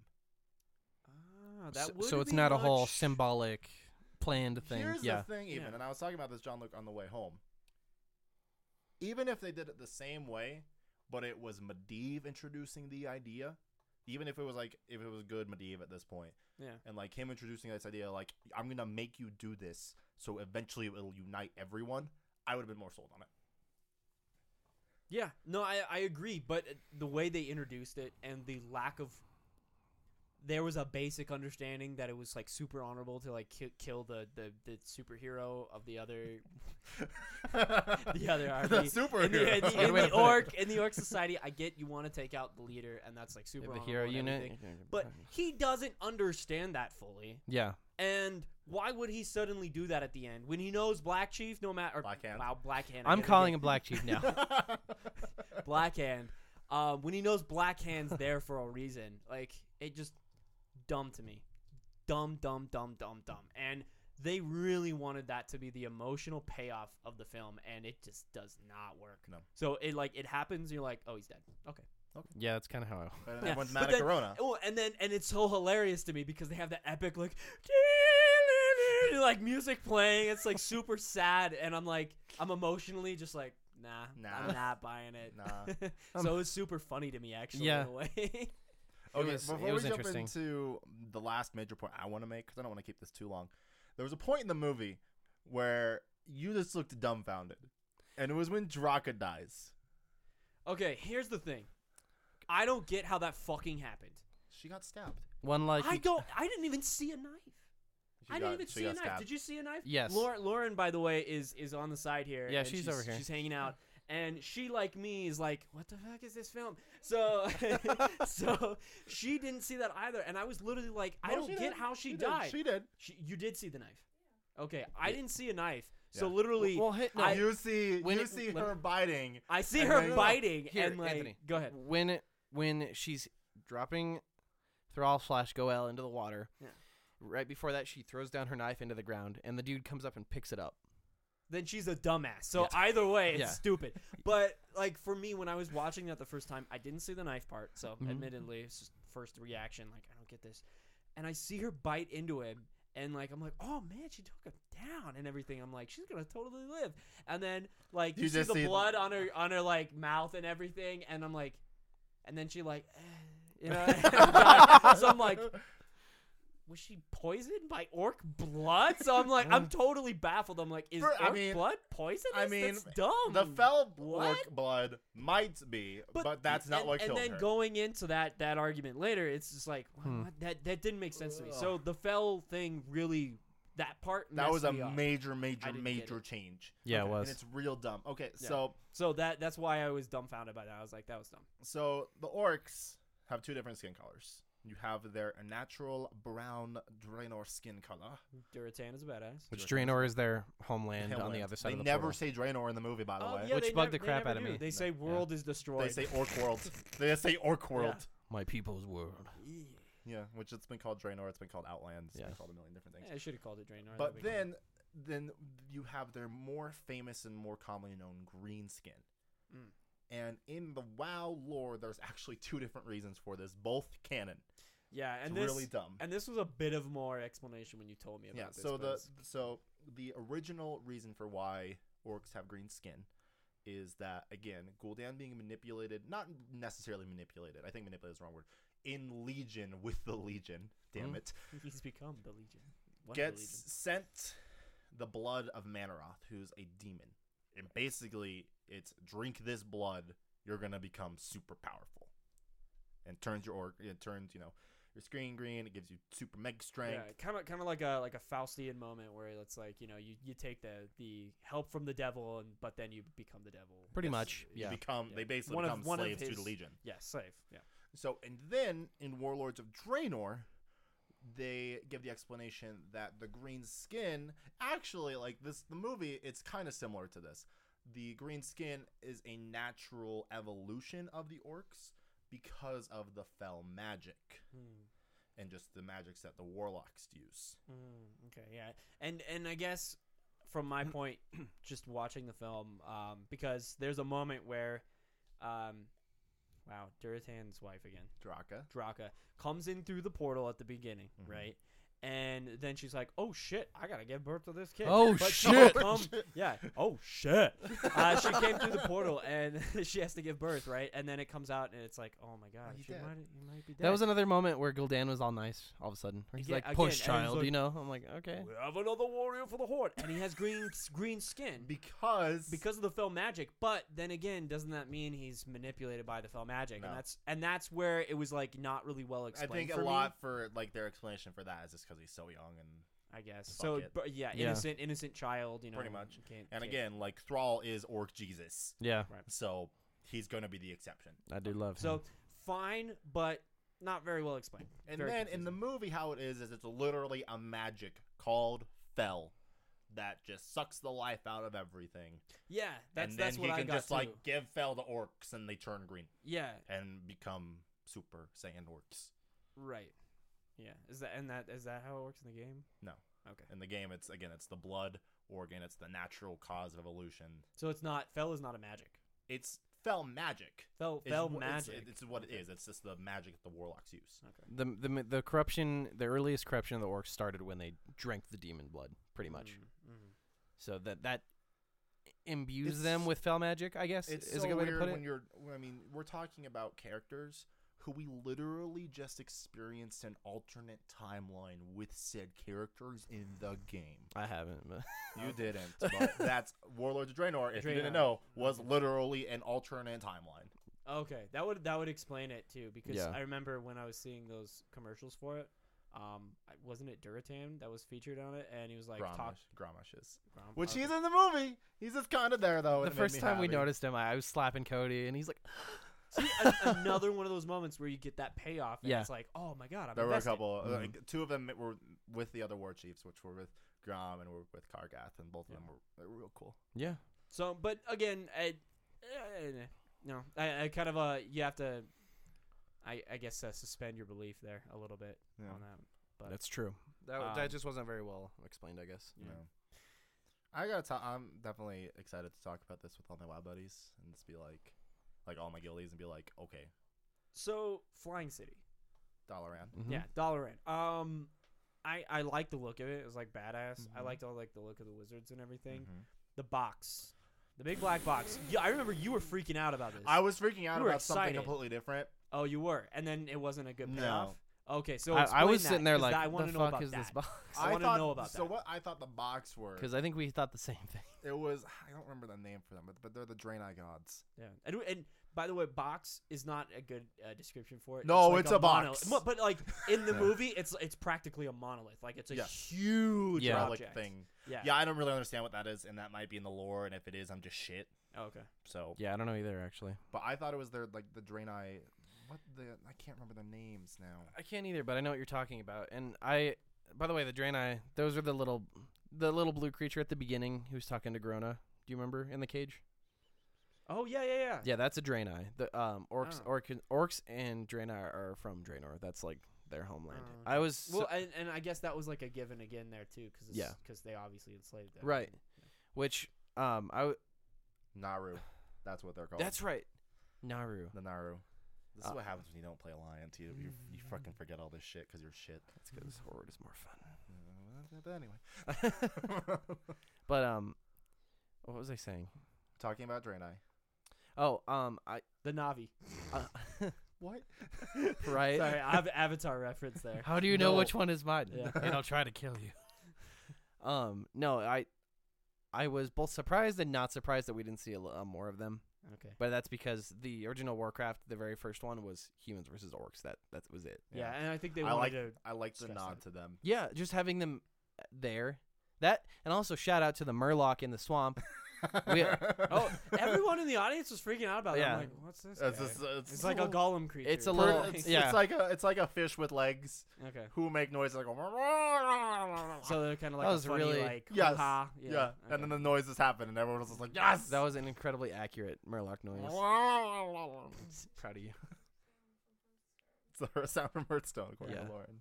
S3: Ah, that
S2: so,
S3: would
S2: so it's
S3: be
S2: not a whole
S3: much-
S2: symbolic planned thing.
S1: Here's
S2: yeah.
S1: the thing, even,
S3: Yeah.
S1: and I was talking about this, John Luke, on the way home. Even if they did it the same way, but it was Medivh introducing the idea, even if it was like if it was good Medivh at this point,
S3: Yeah.
S1: and like him introducing this idea, like I'm gonna make you do this, so eventually it'll unite everyone. I would have been more sold on it.
S3: Yeah. No, I I agree, but the way they introduced it and the lack of there was a basic understanding that it was like super honorable to like ki- kill the, the the superhero of the other [laughs]
S1: the
S3: other
S1: [laughs] the
S3: army.
S1: superhero.
S2: [laughs]
S3: in the, in the,
S2: Wait
S3: in the
S2: a minute.
S3: orc in the orc society. I get you want to take out the leader, and that's like super
S2: the
S3: honorable
S2: hero
S3: and
S2: unit.
S3: everything.
S2: [laughs]
S3: But he doesn't understand that fully.
S2: yeah,
S3: And why would he suddenly do that at the end when he knows Black Chief, no matter
S1: Black Hand.
S3: Wow, Black Hand. I
S2: I'm
S3: gotta
S2: calling
S3: get-
S2: him Black
S1: [laughs]
S2: Chief now.
S3: [laughs] Black Hand. Um, when he knows Black
S2: [laughs]
S3: Hand's there for a reason, like it just dumb to me, dumb, dumb, dumb, dumb, dumb. And they really wanted that to be the emotional payoff of the film, and it just does not work.
S1: No.
S3: So it like it happens, you're like, oh, he's dead. Okay.
S2: yeah, that's kind of how. I,
S1: But
S3: Yeah,
S1: Everyone's
S3: but
S1: mad at
S3: then-
S1: Corona.
S3: Oh, and then and it's so hilarious to me because they have the epic like [laughs] like music playing. It's
S1: [laughs]
S3: like super sad, and I'm like I'm emotionally just like nah,
S1: Nah.
S3: I'm not buying it.
S1: Nah.
S3: [laughs] so it's super funny to me actually
S2: Um, yeah.
S3: in a way. [laughs]
S1: Okay,
S2: was- it
S1: before
S2: was
S1: we jump
S2: interesting.
S1: into the last major point I want to make, because I don't want to keep this too long. There was a point in the movie where you just looked dumbfounded, and it was when Draka dies.
S3: okay, here's the thing. I don't get how that fucking happened.
S1: She got stabbed.
S2: one like
S3: I don't. I didn't even see a knife.
S1: She
S3: I
S1: got-
S3: didn't even
S1: she
S3: see a
S1: got
S3: knife.
S1: stabbed.
S3: Did you see a knife?
S2: Yes.
S3: Lauren, Lauren, by the way, is is on the side here.
S2: Yeah,
S3: and
S2: she's over here.
S3: She's
S2: [laughs]
S3: hanging out, and she, like me, is like, "What the fuck is this film?"
S2: [laughs]
S3: So, [laughs] so she didn't see that either, and I was literally like, "I
S1: No,
S3: don't
S1: she
S3: get
S1: did.
S3: how Oh, she,
S1: She did.
S3: died."
S1: She did.
S3: She, you did see the knife. Okay, I didn't see a knife. So
S1: Yeah.
S3: literally,
S2: Well, hit, no,
S3: I-
S1: you see,
S2: when
S1: you
S2: it-
S1: see
S3: let
S1: her biting.
S3: I see
S1: and
S3: her
S1: then-
S3: biting,
S2: Here,
S3: and like,
S2: Anthony.
S3: go ahead.
S2: when it- when she's dropping Thrall slash Goel into the water.
S3: Yeah.
S2: Right before that, she throws down her knife into the ground, and the dude comes up and picks it up.
S3: then she's a dumbass. So
S2: Yeah.
S3: either way, it's
S2: Yeah.
S3: stupid. But like for me, when I was watching that the first time, I didn't see the knife part. So
S2: Mhm.
S3: admittedly, it's just first reaction. Like I don't get this, and I see her bite into him, and like I'm like, oh man, she took him down and everything. I'm like, she's gonna totally live. And then like you,
S1: You
S3: see
S1: just
S3: the
S1: see-
S3: blood on her on her like mouth and everything, and I'm like, and then she like, eh, you know, [laughs] so
S1: [laughs]
S3: I'm like, was she poisoned by orc blood? So I'm like,
S1: [laughs]
S3: I'm totally baffled. I'm like, is
S1: For-
S3: orc
S1: I mean-
S3: blood poison?
S1: I mean,
S3: That's dumb.
S1: the fell
S3: hmm, What?
S1: orc blood might be, but, that's not
S3: and,
S1: what
S3: And
S1: killed
S3: then
S1: her.
S3: going into that that argument later, it's just like wha-
S2: Hmm.
S3: what? that that didn't make sense to me.
S1: Ugh.
S3: So the fell thing really that part
S1: that was
S3: messed
S1: a
S3: me up.
S1: major, major,
S3: didn't get
S1: major
S3: it.
S1: change.
S2: Yeah, it
S1: And
S2: was.
S1: it's real dumb. Okay,
S3: Yeah.
S1: so
S3: So that that's why I was dumbfounded by that. I was like, that was dumb.
S1: so the orcs have two different skin colors. You have their natural brown Draenor skin color.
S3: Duratan is a badass.
S2: Which Draenor is their homeland, on the
S1: Hellland.
S2: other side
S1: They
S2: of the
S1: never
S2: portal.
S1: say Draenor in the movie, by the
S3: Oh,
S1: way.
S3: yeah,
S2: Which
S3: they
S2: bugged
S3: nev-
S2: the
S3: they
S2: crap
S3: never
S2: out of
S3: do.
S2: me.
S3: They say world is
S1: They
S3: destroyed.
S1: say Orc World. they just say Orc World.
S2: My people's world.
S3: [laughs] yeah,
S1: Yeah. which it's been called Draenor. It's been called Outland. It's
S2: Yeah.
S1: been called a million different things.
S3: I should have called it Draenor. That'd
S1: But
S3: be cool.
S1: then, then you have their more famous and more commonly known green skin.
S3: Mm.
S1: And in the WoW lore, there's actually two different reasons for this, both canon.
S3: yeah, and
S1: it's
S3: this
S1: really dumb.
S3: and this was a bit of more explanation when you told me about
S1: yeah.
S3: this.
S1: So
S3: but
S1: the
S3: it's-
S1: so the original reason for why orcs have green skin is that again, Gul'dan being manipulated, not necessarily manipulated. I think manipulated is the wrong word. In Legion with the Legion, damn
S2: Mm.
S1: it,
S3: [laughs] he's become the Legion. Hmm? What the
S1: gets
S3: Legion?
S1: sent the blood of Manoroth, who's a demon, and basically it's drink this blood, you're gonna become super powerful, and turns your orc, it turns you know your screen green, it gives you super mega strength.
S3: Yeah, kind of kind of like a like a Faustian moment where it's like you know you, you take the the help from the devil and but then you become the devil.
S2: Pretty much,
S1: You
S2: yeah.
S1: become
S3: Yeah.
S1: they basically
S3: One of-
S1: become
S3: one of
S1: slaves to
S3: his-
S1: the Legion.
S3: Yeah, safe. Yeah.
S1: So, and then in Warlords of Draenor, they give the explanation that the green skin actually, like this, the movie, it's kind of similar to this. The green skin is a natural evolution of the orcs because of the fell magic
S3: Hmm,
S1: and just the magics that the warlocks use.
S3: hmm, okay. Yeah. And and I guess
S1: [clears throat]
S3: from my point, [clears throat] just watching the film, um, because there's a moment where, um, wow, Duratan's wife again.
S1: Draka.
S3: Draka comes in through the portal at the beginning,
S1: Mhm.
S3: right? and then she's like, "Oh shit, I gotta give birth to this kid."
S2: Oh,
S3: she
S2: shit.
S3: come- [laughs] yeah. Oh shit. Uh, she came through the portal and [laughs] she has to give birth, right? And then it comes out and it's like, "Oh my god,
S1: he's
S3: you
S1: dead.
S3: might you might be dead."
S2: That was another moment where Gul'dan was all nice all of a sudden. Where he's
S3: Again-
S2: like, push,
S3: again, and he's
S2: child,
S3: like-
S2: you know? I'm like, okay.
S3: we have another warrior for the horde, and he has green green skin.
S1: because
S3: because of the film magic. But then again, doesn't that mean he's manipulated by the film magic?
S1: No.
S3: And that's and that's where it was like not really well
S1: I
S3: explained.
S1: think a
S3: for me,
S1: lot for like their explanation for that is just because he's so young and
S3: I guess.
S1: Fuck
S3: So,
S1: it.
S3: but yeah,
S2: Yeah.
S3: innocent, innocent child. You know,
S1: Pretty much.
S3: Can't,
S1: and
S3: can't-
S1: again like Thrall is Orc Jesus,
S2: Yeah,
S1: so he's gonna be the exception.
S2: I do love him.
S3: So fine, but not very well explained.
S1: And
S3: Very
S1: then in the movie, how it is is it's literally a magic called Fell that just sucks the life out of everything.
S3: yeah, that's
S1: and then
S3: that's
S1: he
S3: what I
S1: can
S3: got
S1: just
S3: too.
S1: like give Fell to orcs and they turn green
S3: yeah,
S1: and become super saiyan orcs.
S3: right. Yeah, is that and that is that how it works in the game?
S1: No.
S3: Okay.
S1: In the game, it's again it's the blood organ, it's the natural cause of evolution.
S3: So it's not fell is not a magic.
S1: It's Fell magic.
S3: Fell
S1: It's
S3: fell
S1: wh- it's-
S3: magic.
S1: It's, what it is. It's just the magic that the warlocks use.
S3: okay.
S2: the, the the corruption, the earliest corruption of the orcs started when they drank the demon blood, pretty much.
S3: Mm-hmm.
S2: So that that imbues them
S1: It's-
S2: with fell magic, I guess.
S1: It's
S2: is
S1: so
S2: a good way
S1: weird
S2: to put it.
S1: when you're. I mean, we're talking about characters who we literally just experienced an alternate timeline with said characters in the game.
S2: I haven't. But
S1: You didn't.
S2: [laughs]
S1: But that's Warlords of Draenor. If you
S3: Draenor.
S1: didn't know, was literally an alternate timeline.
S3: Okay, that would that would explain it too because
S2: Yeah.
S3: I remember when I was seeing those commercials for it. Um, I- wasn't it Duratan that was featured on it? And he was like,
S1: Gromish,
S3: talk,
S1: Gromish is,
S3: Grom-
S1: which
S3: okay.
S1: he's in the movie. He's just kind of there though. and
S2: [laughs] the
S1: it made
S2: first
S1: me
S2: time we
S1: happy.
S2: noticed him, I, I was slapping Cody, and he's like,
S3: See, an- another one of those moments where you get that payoff, and
S2: Yeah.
S3: it's like, oh my god, I'm
S1: there were a
S3: invested."
S1: couple.
S2: Mhm.
S1: Like, two of them were with the other war chiefs, which were with Grom and were with Kargath, and both of
S3: Yeah.
S1: them were, they were real cool.
S2: [laughs] "Yeah,
S3: So, but again, I, eh, no, I, I kind of uh, you have to, I, I guess, uh, suspend your belief there a little bit
S1: Yeah.
S3: on that. But-
S2: that's true." That
S3: w- that
S2: that
S3: Um,
S2: just wasn't very well explained, I guess.
S3: Yeah.
S1: No. I gotta talk. I'm definitely excited to talk about this with all my WoW buddies and just be like, like all my guildies and be like, okay,
S3: So, Flying City,
S1: Dalaran.
S2: Mm-hmm.
S3: yeah, Dalaran. Um, I I like the look of it. It was like badass.
S2: Mm-hmm.
S3: I
S1: Mhm.
S3: liked all like the look of the wizards and everything. the box, the big black box. Yeah, I remember you were freaking out about this.
S1: I was freaking out
S3: You were
S1: about something
S3: excited.
S1: completely different.
S3: oh, you were, and then it wasn't a good
S1: No.
S3: payoff. Okay, so
S2: I, I
S3: explain
S2: was
S3: that,
S2: sitting there
S3: 'cause
S2: like,
S3: I wanna
S2: "The
S3: know
S2: fuck
S3: about
S2: is this
S3: that."
S2: box?" [laughs]
S3: I wanna
S1: thought,
S3: know about
S1: So
S3: that.
S1: what I thought the box were,
S2: Because I think we thought the same thing.
S1: it was I don't remember the name for them, but, but they're the Draenei gods.
S3: Yeah, and, and by the way, box is not a good uh, description for it.
S1: No,
S3: like
S1: it's a
S3: mono-
S1: box.
S3: mo- but like in the
S1: Yeah.
S3: movie, it's it's practically a monolith. Like it's a
S1: Yes.
S3: huge
S2: Yeah.
S1: Relic
S3: object.
S1: thing.
S3: Yeah.
S1: Yeah, I don't really understand what that is, and that might be in the lore. And if it is, I'm just shit.
S3: Oh, okay.
S1: So,
S2: [laughs] Yeah, I don't know either, actually.
S1: but I thought it was their like the Draenei. What the I can't remember the names now.
S2: I can't either, but I know what you're talking about. And I, by the way, the Draenei, those are the little, the little blue creature at the beginning who's talking to Grona. Do you remember in the cage?
S3: Oh yeah, yeah, yeah.
S2: Yeah, that's a Draenei. The um orcs,
S3: Oh.
S2: orc, orcs, and Draenei are from Draenor. That's like their homeland.
S3: Oh, okay.
S2: I was so-
S3: Well, and, and I guess that was like a given again there too, because
S2: Yeah.
S3: because they obviously enslaved them.
S2: Right. which um I w-
S1: Naru, that's what they're called.
S2: that's right, Naru.
S1: the Naru. This
S2: Uh,
S1: is what happens when you don't play Alliance. You you, you fucking forget all this shit because you're shit.
S2: That's because Horde is more fun.
S1: Uh, But anyway,
S2: But um, what was I saying?
S1: [laughs] talking about Draenei.
S2: Oh um I
S3: The Navi.
S2: uh,
S1: What? [laughs]
S2: right.
S3: Sorry, I have Avatar reference
S2: [laughs]
S3: there.
S2: How do you know
S1: No.
S2: which one is mine?
S3: Yeah.
S2: [laughs] and I'll try to kill you. Um, no, I, I was both surprised and not surprised that we didn't see a, l- uh, more of them.
S3: Okay.
S2: But that's because the original Warcraft, the very first one, was humans versus orcs. That that was it.
S3: Yeah, and I think they
S1: I
S3: wanted
S1: like
S3: to
S1: I like the
S3: stress
S1: nod
S3: that.
S1: to them.
S2: Yeah, just having them uh, there. That and also shout out to the Murloc in the [laughs] swamp. We-
S1: [laughs]
S3: Oh, everyone in the audience was freaking out about it.
S2: Yeah.
S3: I'm like, what's this?
S1: It's,
S3: guy?"
S1: just- it's,
S3: It's like a golem creature.
S2: It's a
S1: per-
S2: little-
S1: It's,
S2: yeah.
S1: it's like a it's like a fish with legs
S3: [laughs] Okay.
S1: who make noises like. [laughs] So,
S3: So they're kind of
S2: That
S3: like
S2: was
S3: a funny,
S2: really-
S3: like,
S1: Yes.
S3: ha. Yeah.
S1: yeah, and then the noises happen, and everyone was just like, "Yes."
S2: That was an incredibly accurate Murloc noise.
S1: [laughs]
S2: Proud of you.
S1: it's the sound from Hearthstone, according
S2: Yeah.
S1: to Lauren.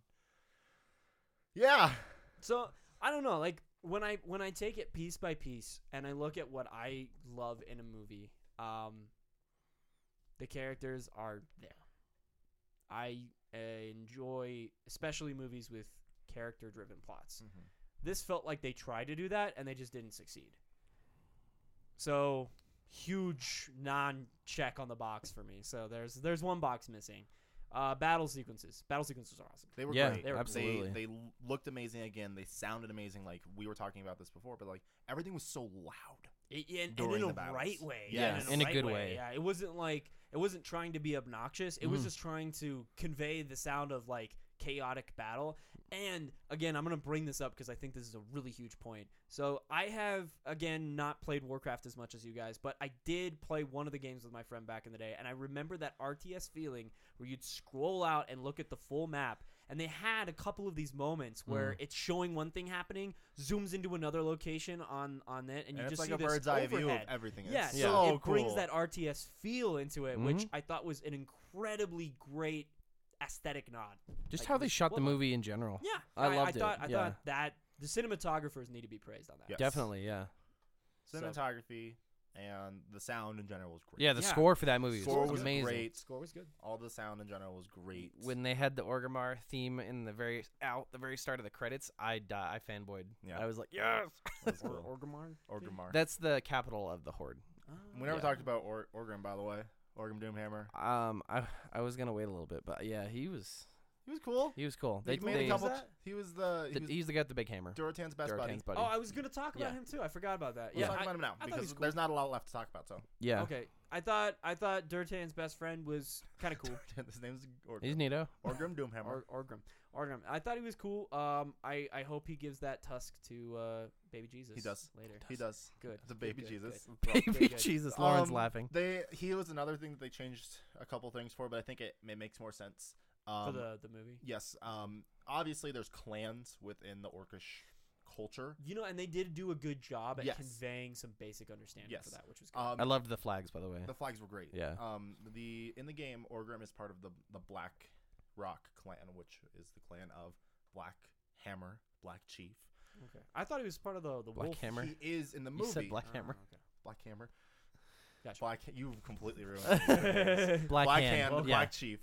S1: Yeah.
S3: so I don't know. Like when I when I take it piece by piece and I look at what I love in a movie, um, the characters are there. I enjoy, especially movies with character driven plots.
S1: Mhm.
S3: This felt like they tried to do that and they just didn't succeed. So huge non check on the box for me. So there's there's one box missing. Uh, battle sequences. Battle sequences are awesome.
S1: They were
S2: Yeah,
S1: great.
S3: they were
S2: absolutely.
S1: They, they l- looked amazing again. They sounded amazing. Like we were talking about this before, but like everything was so loud.
S3: It, yeah, and, and
S1: During
S3: in
S1: the
S3: a
S1: battles.
S3: right way.
S1: Yes.
S3: in a,
S2: In a
S3: right
S2: good
S3: way. Mm-hmm.
S2: way.
S3: Yeah, it wasn't like it wasn't trying to be obnoxious. It was
S2: Mhm.
S3: just trying to convey the sound of like chaotic battle. And again, I'm gonna bring this up because I think this is a really huge point. So I have again not played Warcraft as much as you guys, but I did play one of the games with my friend back in the day, and I remember that RTS feeling where you'd scroll out and look at the full map. And they had a couple of these moments where it's showing one thing happening, zooms into another location on on it, and
S1: And,
S3: you
S1: it's
S3: just
S1: like
S3: see
S1: a
S3: this
S1: bird's eye view of
S3: overhead.
S1: everything.
S3: Yeah,
S1: It's
S2: Yeah.
S3: so
S1: so
S3: it brings
S1: cool. Mm-hmm.
S3: that RTS feel into it, which I thought was an incredibly great aesthetic nod.
S2: Just
S3: Like,
S2: how they
S3: this-
S2: shot the
S3: well, like-
S2: movie in general.
S3: Yeah,
S2: I loved
S3: I
S2: it,
S3: thought, I
S2: yeah.
S3: thought that the cinematographers need to be praised on that.
S1: Yeah. Yes.
S2: Definitely, yeah.
S3: So-
S1: cinematography and the sound in general was great.
S2: Yeah, the
S3: Yeah.
S2: score for that movie
S1: score
S2: was
S1: was
S2: amazing.
S1: great.
S3: score was good.
S1: All the sound in general was great.
S2: When they had the Orgrimmar theme in the very out the very start of the credits, I die, I fanboyed.
S1: Yeah.
S2: I was like, yes.
S1: [laughs] That was
S3: Or
S1: [laughs] cool.
S3: Orgrimmar.
S1: Orgrimmar.
S2: That's the capital of the Horde.
S3: Oh.
S1: we never
S2: yeah.
S1: talked about or- Orgrim, by the way. Orgrim Doomhammer.
S2: Um, I I was gonna wait a little bit, but yeah, he was
S1: He was cool.
S2: he was cool.
S1: They,
S2: They,
S1: made
S2: they-
S1: a couple.
S3: that?
S1: he was the, he
S2: the-
S1: was
S3: E-
S2: he's the guy with the big hammer.
S1: Duratan's best buddy.
S2: Duratan's buddy.
S3: Oh, I was gonna talk about
S2: Yeah.
S3: him too. I forgot about that.
S1: We'll
S3: yeah,
S1: talk
S3: I-
S1: about him now
S3: thought he
S1: because
S3: was cool.
S1: there's not a lot left to talk about. So
S2: yeah,
S3: okay. I thought I thought Durtan's best friend was kind
S1: [laughs]
S3: of cool.
S1: his name's Orgrim.
S2: he's Nito.
S1: Orgrim Doomhammer.
S3: Or, Orgrim. Orgrim. I thought he was cool. Um, I, I hope he gives that tusk to uh, baby Jesus.
S1: does.
S3: later.
S1: he does
S3: Good.
S1: the
S3: good,
S1: baby
S3: good,
S1: Jesus. [laughs]
S3: good.
S2: Baby
S3: good.
S2: Jesus, Lauren's
S1: Um,
S2: laughing.
S1: They he was another thing that they changed a couple things for, but I think it, it makes more sense.
S3: for
S1: Um,
S3: the the movie.
S1: yes, um, obviously there's clans within the Orcish culture.
S3: You know, and they did do a good job at
S1: Yes.
S3: conveying some basic understanding for
S1: Yes.
S3: that, which was good.
S1: Um,
S2: I loved the flags, by the way.
S1: the flags were great.
S2: Yeah.
S1: Um, the in the game Orgrim is part of the the Black Rock clan, which is the clan of Black Hammer, Black Chief.
S3: okay. I thought he was part of the the
S2: Black
S3: wolf.
S2: Hammer.
S1: He is in the
S2: You
S1: movie. Uh,
S2: said Black
S3: Oh,
S2: Hammer.
S1: Black Hammer.
S3: Gotcha.
S1: Black. You completely
S2: [laughs]
S1: ruined. it.
S3: okay. [laughs]
S2: Black,
S1: Black
S2: Hand.
S1: Hand,
S2: yeah.
S1: Black Chief.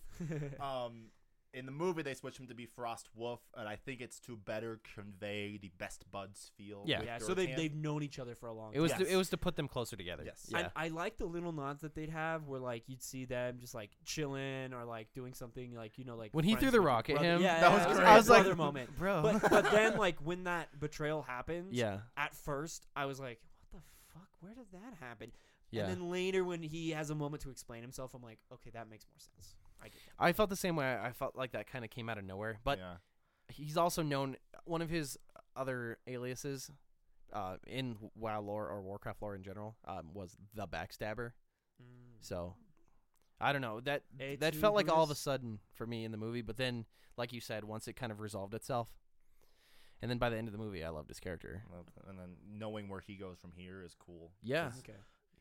S1: Um, in the movie, they switch him to be Frost Wolf, and I think it's to better convey the best buds feel.
S2: [laughs] Yeah.
S1: with
S3: yeah, so they
S1: Durotan.
S3: they've known each other for a long
S2: It was
S3: time.
S2: to,
S1: Yes.
S2: it was to put them closer together.
S1: Yes.
S2: Yeah.
S3: And I like the little nods that they'd have where like you'd see them just like chilling or like doing something like you know like
S2: when he
S3: friends
S2: threw the
S3: with your
S2: rock at
S3: brother-
S2: him,
S3: Yeah,
S1: That
S3: yeah,
S1: was
S3: it
S1: great.
S2: I was like,
S3: brother moment.
S2: bro. [laughs]
S3: But but then like when that betrayal happens,
S2: Oh. yeah,
S3: at first I was like, what the fuck? Where did that happen?
S2: yeah.
S3: And then later when he has a moment to explain himself, I'm like, okay, that makes more sense. I get that.
S2: I felt the same way. I felt like that kind of came out of nowhere. But
S1: Yeah.
S2: he's also known one of his other aliases uh, in WoW lore or Warcraft lore in general um, was the Backstabber. So I don't know that
S3: Eh,
S2: that
S3: too,
S2: felt like all of a
S3: Bruce?
S2: sudden for me in the movie. But then, like you said, once it kind of resolved itself, and then by the end of the movie, I loved his character.
S1: And then knowing where he goes from here is cool.
S2: Yeah,
S3: Mm. Okay.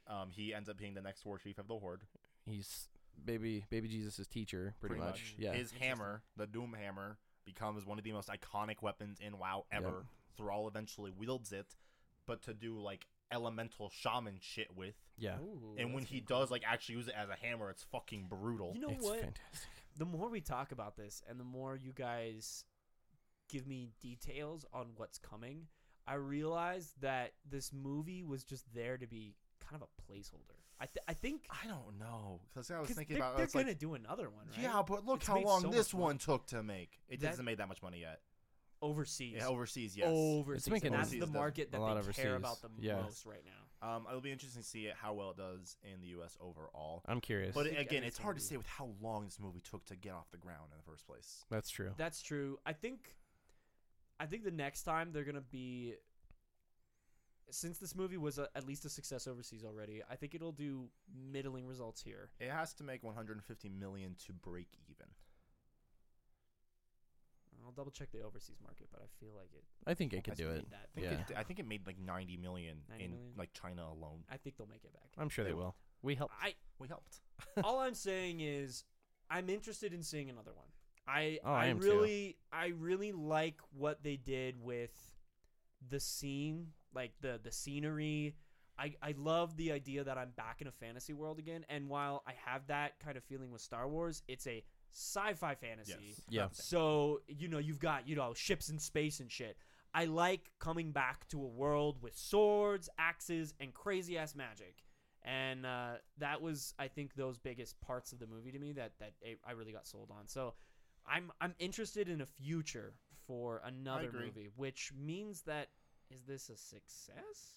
S1: Um, he ends up being the next war chief of the Horde.
S2: he's baby baby Jesus' teacher pretty,
S1: Pretty
S2: much.
S1: much.
S2: Yeah,
S1: His hammer, the Doom Hammer, becomes one of the most iconic weapons in WoW ever. Thrall eventually wields it, but to do like elemental shaman shit with.
S2: yeah,
S3: Ooh,
S1: and when
S3: that's
S1: he
S3: kinda cool.
S1: does like actually use it as a hammer, it's fucking brutal.
S3: you know
S2: it's
S3: what?
S2: fantastic.
S3: The more we talk about this, and the more you guys give me details on what's coming, I realize that this movie was just there to be kind of a placeholder. I th- I think
S1: I don't know because I was
S3: 'cause
S1: thinking
S3: they're,
S1: about it,
S3: they're
S1: it's like,
S3: gonna do another one, right?
S1: Yeah, but look
S3: It's
S1: how
S3: made
S1: long
S3: so
S1: this
S3: much
S1: one
S3: money.
S1: took to make. It
S3: That-
S1: doesn't make that much money yet.
S3: overseas.
S1: Yeah, overseas, yes.
S3: Overseas.
S2: It's making
S3: and that's
S1: overseas,
S3: the
S1: doesn't-
S3: market
S2: a
S3: that they
S2: lot
S3: care
S2: overseas.
S3: about the
S2: Yeah.
S3: most right now.
S1: Um, it'll be interesting to see it, how well it does in the U.S. overall.
S2: I'm curious.
S1: But
S3: think
S1: it- again,
S3: everything's
S1: it's hard to
S3: gonna be-
S1: say with how long this movie took to get off the ground in the first place.
S2: That's true.
S3: That's true. I think I think the next time they're gonna be since this movie was a, at least a success overseas already, I think it'll do middling results here.
S1: It has to make 150 million to break even.
S3: I'll double check the overseas market, but I feel like it.
S2: I think I
S1: I
S2: could
S1: still
S2: do it.
S3: need that.
S1: I think,
S2: Yeah.
S1: it, I think it made like 90 million
S3: 90
S1: in
S3: million?
S1: like China alone.
S3: I think they'll make it back.
S2: I'm sure they
S1: They
S2: will. We help.
S3: I
S1: We helped.
S3: all I'm saying is I'm interested in seeing another one. I
S2: Oh, I
S3: I,
S2: am too.
S3: really I really like what they did with the scene, like the the scenery. I, I love the idea that I'm back in a fantasy world again. And while I have that kind of feeling with Star Wars, it's a sci-fi fantasy.
S1: Yes.
S2: Yeah.
S3: So, you know, you've got, you know, ships in space and shit. I like coming back to a world with swords, axes, and crazy ass magic. And uh, that was, I think, those biggest parts of the movie to me that that I- I really got sold on. So, I'm I'm interested in a future for another
S1: agree.
S3: movie, which means that is this a success?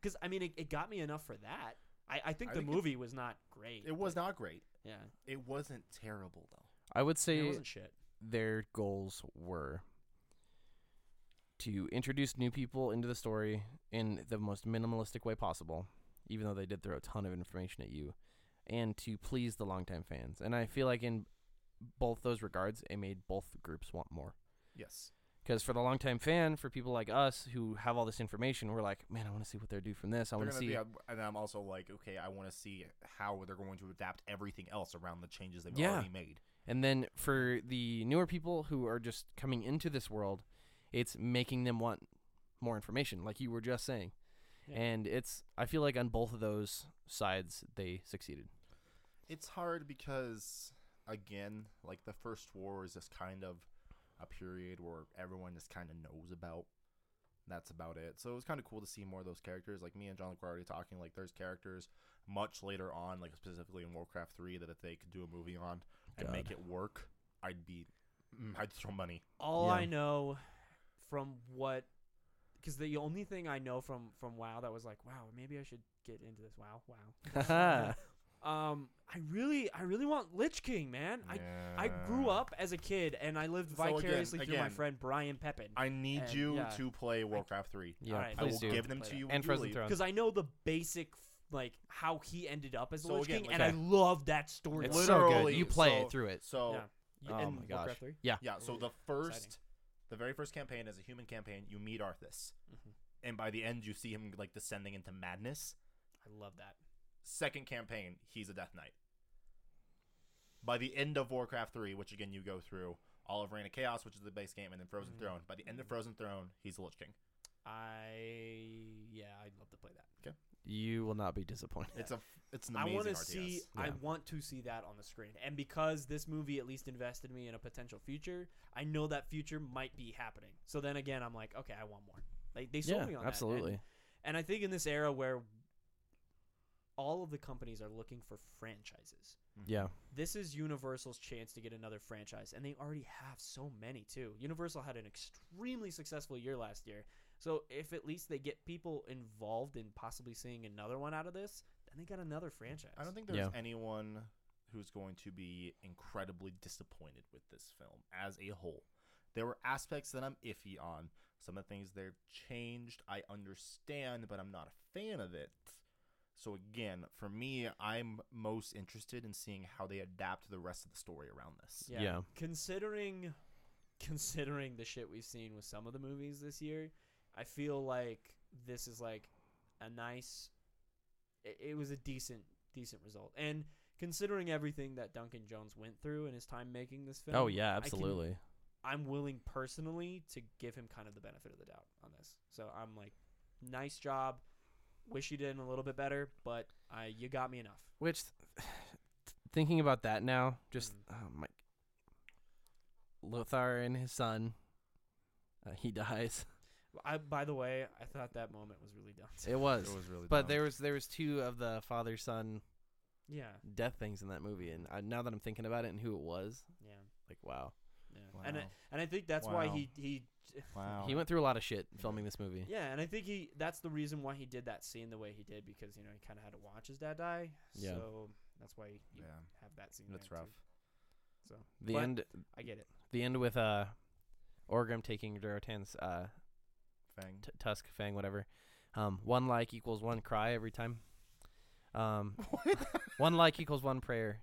S3: Because I mean, it, it got me enough for that. I, I think
S1: I
S3: the
S1: think it-
S3: movie was not great.
S1: It was not great.
S3: but- Yeah,
S1: It wasn't terrible though.
S2: [laughs] I would
S3: it
S2: say
S3: wasn't shit.
S2: their goals were to introduce new people into the story in the most minimalistic way possible, even though they did throw a ton of information at you, and to please the longtime fans. And I feel like in both those regards, it made both groups want more.
S1: Yes.
S2: Because for the longtime fan, for people like us who have all this information, we're like, man, I want to see what they're do from this. I
S1: They're
S2: want to
S1: gonna
S2: see.
S1: be, and I'm also like, okay, I want to see how they're going to adapt everything else around the changes they've
S2: Yeah.
S1: already made.
S2: And then for the newer people who are just coming into this world, it's making them want more information, like you were just saying.
S3: Yeah.
S2: And it's I feel like on both of those sides they succeeded.
S1: It's hard because again, like the first war is just kind of a period where everyone just kind of knows about. That's about it. So it was kind of cool to see more of those characters. Like me and John Luke were already talking. Like there's characters much later on, like specifically in Warcraft Three, that if they could do a movie on and
S2: God.
S1: make it work, I'd be, mm, I'd throw money.
S3: All
S2: Yeah.
S3: I know from what, because the only thing I know from from WoW that was like, wow, maybe I should get into this. Wow,
S2: [laughs]
S3: wow. um, I really, I really want Lich King, man. I I grew
S1: Yeah.
S3: up as a kid and I lived
S1: So again-
S3: vicariously through my
S1: again,
S3: friend Brian Peppin
S1: I need
S3: And,
S1: you
S3: yeah.
S1: to play Warcraft 3.
S2: Yeah,
S3: Alright,
S1: I will
S2: please
S3: let's do it.
S1: give them
S3: Play
S1: to
S3: that.
S1: you when
S2: And
S1: you
S2: Frozen
S1: leave.
S2: Throne.
S3: because I know the basic like how he ended up as the
S1: So
S3: Lich
S1: again,
S3: King,
S1: like-
S3: and I love that story.
S2: It's
S3: line.
S2: so good.
S1: Literally,
S2: You play
S1: so-
S2: it through it.
S1: So
S3: Yeah.
S2: Oh
S3: And
S2: my
S3: Warcraft
S2: gosh.
S3: 3?
S1: yeah, so the first the very first campaign is a human campaign, you meet Arthas.
S3: Mhm.
S1: And by the end you see him like descending into madness.
S3: I love that.
S1: Second campaign, he's a death knight. By the end of Warcraft 3, which again you go through all of Reign of Chaos, which is the base game, and then Frozen
S3: Mhm.
S1: Throne. By the end of Frozen Throne, he's the Lich King.
S3: I yeah, I'd love to play that.
S2: You will not be disappointed.
S1: It's a it's an
S3: I
S1: amazing
S3: want to
S1: RTS.
S3: see. I
S2: Yeah.
S3: want to see that on the screen. And because this movie at least invested me in a potential future, I know that future might be happening. So then again, I'm like, okay, I want more. Like they sold
S2: yeah,
S3: me on that. And-
S2: absolutely.
S3: And, I think in this era where all of the companies are looking for franchises,
S2: yeah,
S3: this is Universal's chance to get another franchise, and they already have so many too. Universal had an extremely successful year last year. So if at least they get people involved in possibly seeing another one out of this, then they got another franchise.
S1: I don't think there's
S2: Yeah.
S1: anyone who's going to be incredibly disappointed with this film as a whole. There were aspects that I'm iffy on. Some of the things they've changed, I understand, but I'm not a fan of it. So again, for me, I'm most interested in seeing how they adapt the rest of the story around this.
S3: Yeah.
S2: Yeah.
S3: Considering considering the shit we've seen with some of the movies this year, I feel like this is like a nice it, it was a decent decent result. And considering everything that Duncan Jones went through in his time making this film.
S2: Oh yeah,
S3: I can-
S2: absolutely.
S3: I'm willing personally to give him kind of the benefit of the doubt on this. So I'm like, nice job. Wish you did a little bit better, but uh, you got me enough.
S2: Which [sighs] thinking about that now, just
S3: Mhm.
S1: Mm.
S2: oh my Lothar and his son, uh, he dies.
S3: I, by the way, I thought that moment was really dumb.
S2: [laughs] It was.
S1: really
S2: But there was there was two of the father son
S3: yeah,
S2: death things in that movie, and I, now that I'm thinking about it and who it was,
S3: yeah,
S2: like wow,
S3: yeah. And I,
S1: Wow.
S3: and I think that's why
S1: Wow.
S3: he he.
S1: wow.
S2: he went through a lot of shit filming this movie.
S3: [laughs] Oh. Yeah, and I think he that's the reason why he did that scene the way he did because you know he kind of had to watch his dad die.
S2: Yeah.
S3: So that's why you
S1: Yeah.
S3: have that scene.
S1: That's
S3: there, too.
S1: rough.
S2: The
S3: But-
S2: end,
S3: I get it.
S2: the end with uh, Orgrim taking Durotan's uh
S1: Fang.
S2: t- tusk, fang, whatever. Um, one like equals one cry every time. Um, one
S3: [laughs]
S2: like equals one prayer.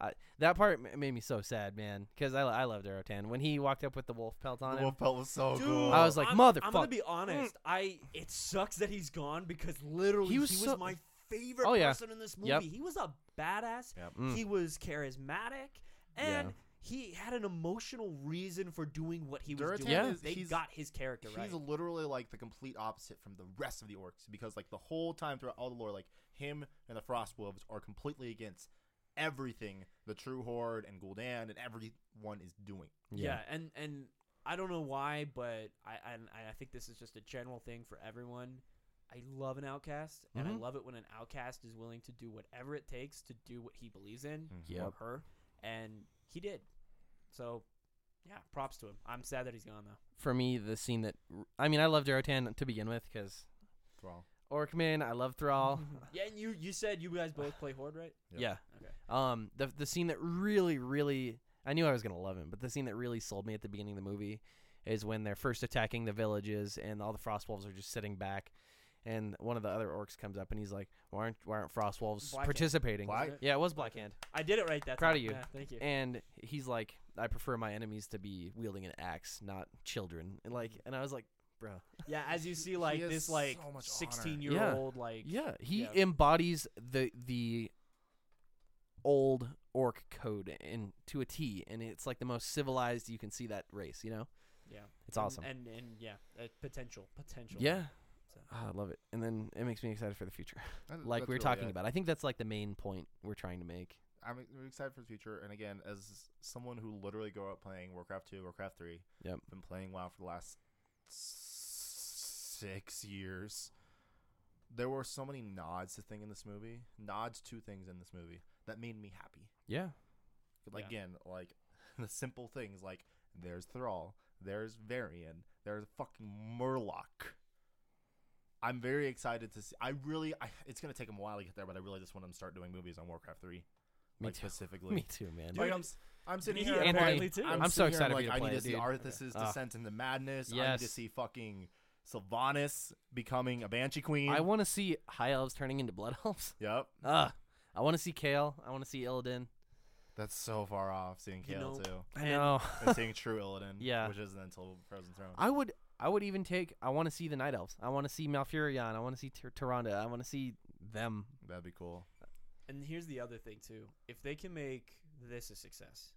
S2: I, that part ma- made me so sad, man, because I, lo- I love Durotan. When he walked up with the wolf pelt on
S1: The
S2: him,
S1: [laughs] wolf pelt was so Oh, cool.
S2: I was like,
S3: I'm, I'm gonna
S2: "Motherfuck."
S3: be honest. I it sucks that he's gone because literally
S2: He
S3: he
S2: was
S3: was,
S2: so-
S3: my favorite
S2: Oh, yeah.
S3: person in this movie.
S2: Yep.
S3: He was a badass.
S1: Yep.
S2: Mm.
S3: He was charismatic, and
S2: Yeah.
S3: he had an emotional reason for doing what he was
S1: Duratan
S3: doing.
S1: is-
S3: they
S1: he's-
S3: got his character right.
S1: He's literally like the complete opposite from the rest of the orcs because like the whole time throughout all the lore, like him and the Frostwolves are completely against everything the True Horde and Gul'dan and everyone is doing.
S3: Yeah. and and I don't know why, but I and I I think this is just a general thing for everyone. I love an outcast, and I
S2: Mhm.
S3: love it when an outcast is willing to do whatever it takes to do what he believes in
S2: Yep.
S3: or her, and he did. So, yeah, props to him. I'm sad that he's gone
S2: [laughs]
S3: though.
S2: For me, the scene that I mean, I love Darotan to begin with because
S1: Thrall.
S2: Orkman. I love Thrall.
S3: [laughs] Yeah, and you you said you guys both play Horde, right?
S1: Yep.
S2: Yeah.
S3: Okay.
S2: Um. The the scene that really, really, I knew I was gonna love him, but the scene that really sold me at the beginning of the movie is when they're first attacking the villages and all the frost wolves are just sitting back, and one of the other orcs comes up and he's like, "Why aren't why aren't frost wolves
S3: Blackhand.
S2: participating?"
S1: Black-
S3: Is it?
S2: Yeah, it was Blackhand,
S3: I did it right that
S2: Proud
S3: time.
S2: of you.
S3: Yeah, thank you.
S2: and he's like, "I prefer my enemies to be wielding an axe, not children." And
S1: Mm.
S2: like, and I was like, "Bruh."
S3: Yeah, as you see,
S1: He
S3: like
S1: has
S3: this, like
S1: so much honor.
S3: sixteen-year-old, like
S2: Yeah, he
S3: Yeah.
S2: embodies the the old orc code and to a T, and it's like the most civilized you can see that race. You know,
S3: yeah,
S2: it's awesome.
S3: and and, and yeah, uh, potential, potential.
S2: yeah,
S3: So.
S2: Ah, I love it. And then it makes me excited for the future, [laughs]
S1: That-
S2: like
S1: that's
S2: we were
S1: really
S2: talking
S1: it.
S2: about. I think that's like the main point we're trying to make.
S1: I'm I'm excited for the future. And again, as someone who literally grew up playing Warcraft 2, Warcraft 3,
S2: Yep.
S1: been playing WoW for the last s- six years, there were so many nods to thing in this movie, nods to things in this movie that made me happy.
S2: Yeah,
S1: Like
S3: Yeah.
S1: again, like [laughs] the simple things like there's Thrall, there's Varian, there's fucking Murloc. I'm very excited to see. I really, I, it's gonna take them a while to get there, but I really just want them to start doing movies on Warcraft Three,
S2: me
S1: like
S2: too.
S1: specifically.
S2: [laughs] Me too, man.
S1: Dude,
S3: Dude,
S1: I'm, s- I'm sitting
S3: me
S1: here.
S2: Anthony,
S1: apparently
S3: too.
S1: I'm,
S2: I'm so
S1: sitting here,
S2: excited for
S1: like,
S2: you to
S1: I
S2: play
S1: need
S2: it,
S1: to see
S2: dude.
S1: Arthas's
S2: Ah.
S1: descent into madness. I need to
S2: Yes.
S1: see fucking Sylvanas becoming a banshee queen.
S2: I want to see high elves turning into blood [laughs] elves.
S1: yep,
S2: Ugh. I want to see Kale. I want to see Illidan.
S1: that's so far off. Seeing
S3: You
S1: Kale
S3: know-
S1: too, [laughs]
S2: I
S3: And-
S2: know.
S1: and seeing True Illidan.
S2: Yeah.
S1: which isn't until Frozen Throne.
S2: I would I would even take I want to see the Night Elves. I want to see Malfurion. I want to see Tyr- Tyrande. I want to see them.
S1: That'd be cool.
S3: And here's the other thing too: if they can make this a success,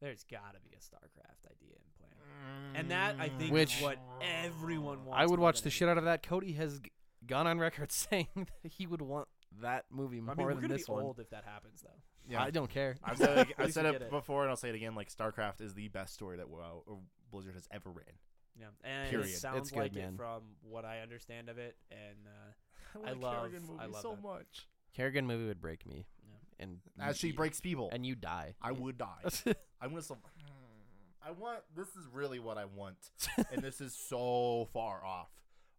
S3: there's got to be a StarCraft idea in plan. And that I think
S2: Which-
S3: is what everyone wants.
S2: I would
S3: more
S2: watch
S3: than
S2: the shit out of that. Cody has g- gone on record [laughs] saying that he would want that movie
S3: anything.
S2: more
S3: I mean, we're
S2: than
S3: gonna
S2: this
S3: be
S2: one.
S3: old if that happens, though.
S1: yeah,
S2: I don't care.
S1: [laughs]
S3: [laughs]
S1: I've
S2: [laughs]
S1: said it,
S3: We
S1: I've
S3: should
S1: said
S3: get
S1: it
S3: it.
S1: before, and I'll say it again. Like StarCraft is the best story that WoW or Blizzard has ever written.
S3: Yeah, and
S1: Period.
S3: it
S1: It's
S3: sounds
S2: good,
S3: like
S2: man.
S3: it from what I understand of it, and uh,
S1: wanna
S3: love-
S1: Kerrigan
S3: [laughs] I love
S1: so
S3: that.
S1: much.
S2: Kerrigan movie would break me.
S3: Yeah.
S2: And
S1: As she
S2: you-
S1: breaks people,
S2: and you die.
S1: I
S2: [laughs]
S1: would
S3: [laughs]
S1: die. I want to. Sub- I want. This is really what I want, and this is so [laughs] far off.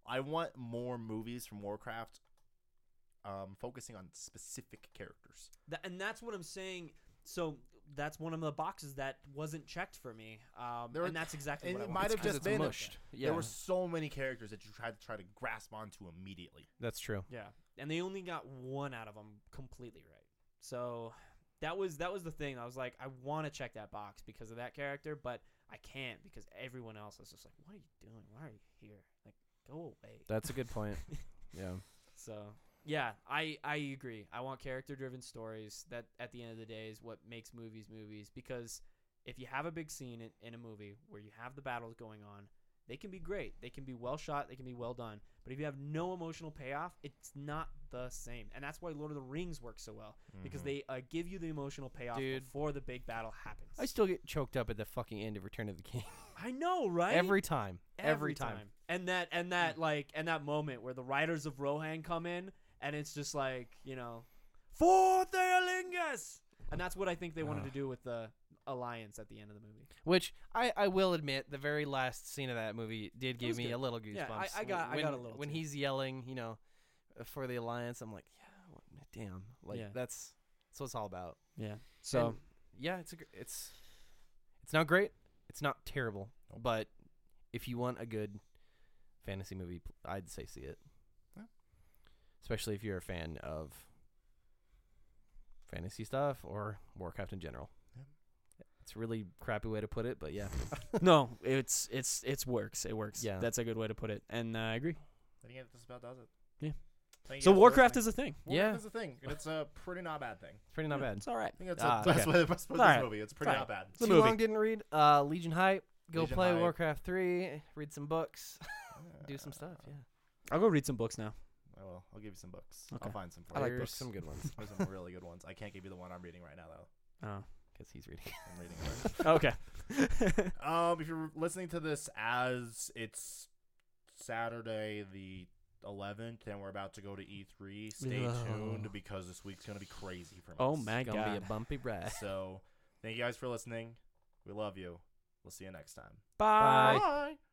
S1: I want more movies from Warcraft, um, focusing on specific characters.
S3: Tha- and that's what I'm saying. So that's one of the boxes that wasn't checked for me, um,
S1: There were-
S3: and that's exactly
S1: and
S3: what I
S1: it
S3: want.
S1: might have
S2: It's 'cause
S1: just
S2: it's
S1: been-
S2: mushed. Yeah,
S1: There were so many characters that you tried to try to grasp onto immediately.
S2: that's true.
S3: Yeah, and they only got one out of them completely right. So that was that was the thing. I was like, I want to check that box because of that character, but I can't because everyone else is just like, what are you doing? Why are you here? Like, go away.
S2: That's a good point. yeah.
S3: So yeah, I I agree. I want character driven stories. That at the end of the day is what makes movies movies. Because if you have a big scene in, in a movie where you have the battles going on, they can be great. They can be well shot. They can be well done. But if you have no emotional payoff, it's not the same. And that's why Lord of the Rings works so well because they uh, give you the emotional payoff
S2: Mm-hmm. Dude.
S3: before the big battle happens.
S2: I still get choked up at the fucking end of Return of the King
S3: I know, right?
S2: every time. Every, time.
S3: And that and that like and that moment where the riders of Rohan come in and it's just like, you know, for Theolingus. And that's what I think they wanted to
S2: Ugh.
S3: do with the alliance at the end of the movie.
S2: Which I, I will admit, the very last scene of that movie did give
S3: was
S2: me
S3: good.
S2: a little goosebumps.
S3: Yeah, I- I got- I
S2: when,
S3: got a little
S2: when
S3: too.
S2: he's yelling, you know, uh, for the alliance. I'm like, yeah, what, damn, like
S3: Yeah.
S2: that's that's what it's all about.
S3: Yeah. So [laughs]
S2: And, yeah, it's a gr- it's it's not great, it's not terrible, but if you want a good fantasy movie, pl- I'd say see it.
S1: Yeah.
S2: Especially if you're a fan of fantasy stuff or Warcraft in general.
S1: Yeah.
S2: It's a really crappy way to put it, but yeah.
S3: no, it's it's it's works. It works.
S2: Yeah.
S3: That's a good way to put it. And uh, I agree.
S1: I think that just about does it.
S3: Yeah.
S1: Thank you
S3: So
S1: guys for
S3: Warcraft
S1: listening.
S3: is a thing.
S2: Yeah.
S1: Warcraft is a thing, and it's a pretty not bad thing.
S2: It's pretty not
S3: Yeah,
S2: bad.
S3: It's all right.
S1: I think that's
S2: Ah,
S1: a, [laughs] that's
S2: okay.
S1: what I suppose
S3: Alright.
S1: this movie. It's pretty
S3: Alright.
S1: not bad.
S3: a
S2: Too
S3: movie.
S2: long didn't read. Uh, Legion hype. Go
S1: Legion
S2: play
S1: hype.
S2: [laughs] Warcraft three. Read some books. Do some stuff. Yeah.
S3: I'll go read some books now.
S1: All I will. I'll give you some books. I'll
S3: Okay.
S1: find some for
S3: I
S1: you.
S3: like
S2: There's
S3: books.
S2: some good [laughs] ones
S1: There's some really good ones. I can't give you the one I'm reading right now though.
S3: Oh.
S2: because he's [laughs] reading.
S1: I'm reading. it.
S3: [laughs] Okay.
S1: um, if you're listening to this as it's Saturday the 11th and we're about to go to E3, stay
S3: Ugh.
S1: tuned because this week's gonna be crazy for me.
S3: oh my
S2: It's [laughs] gonna be a
S3: god.
S2: bumpy ride.
S1: So, thank you guys for listening. We love you. We'll see you next time.
S2: Bye.
S3: Bye.
S1: Bye.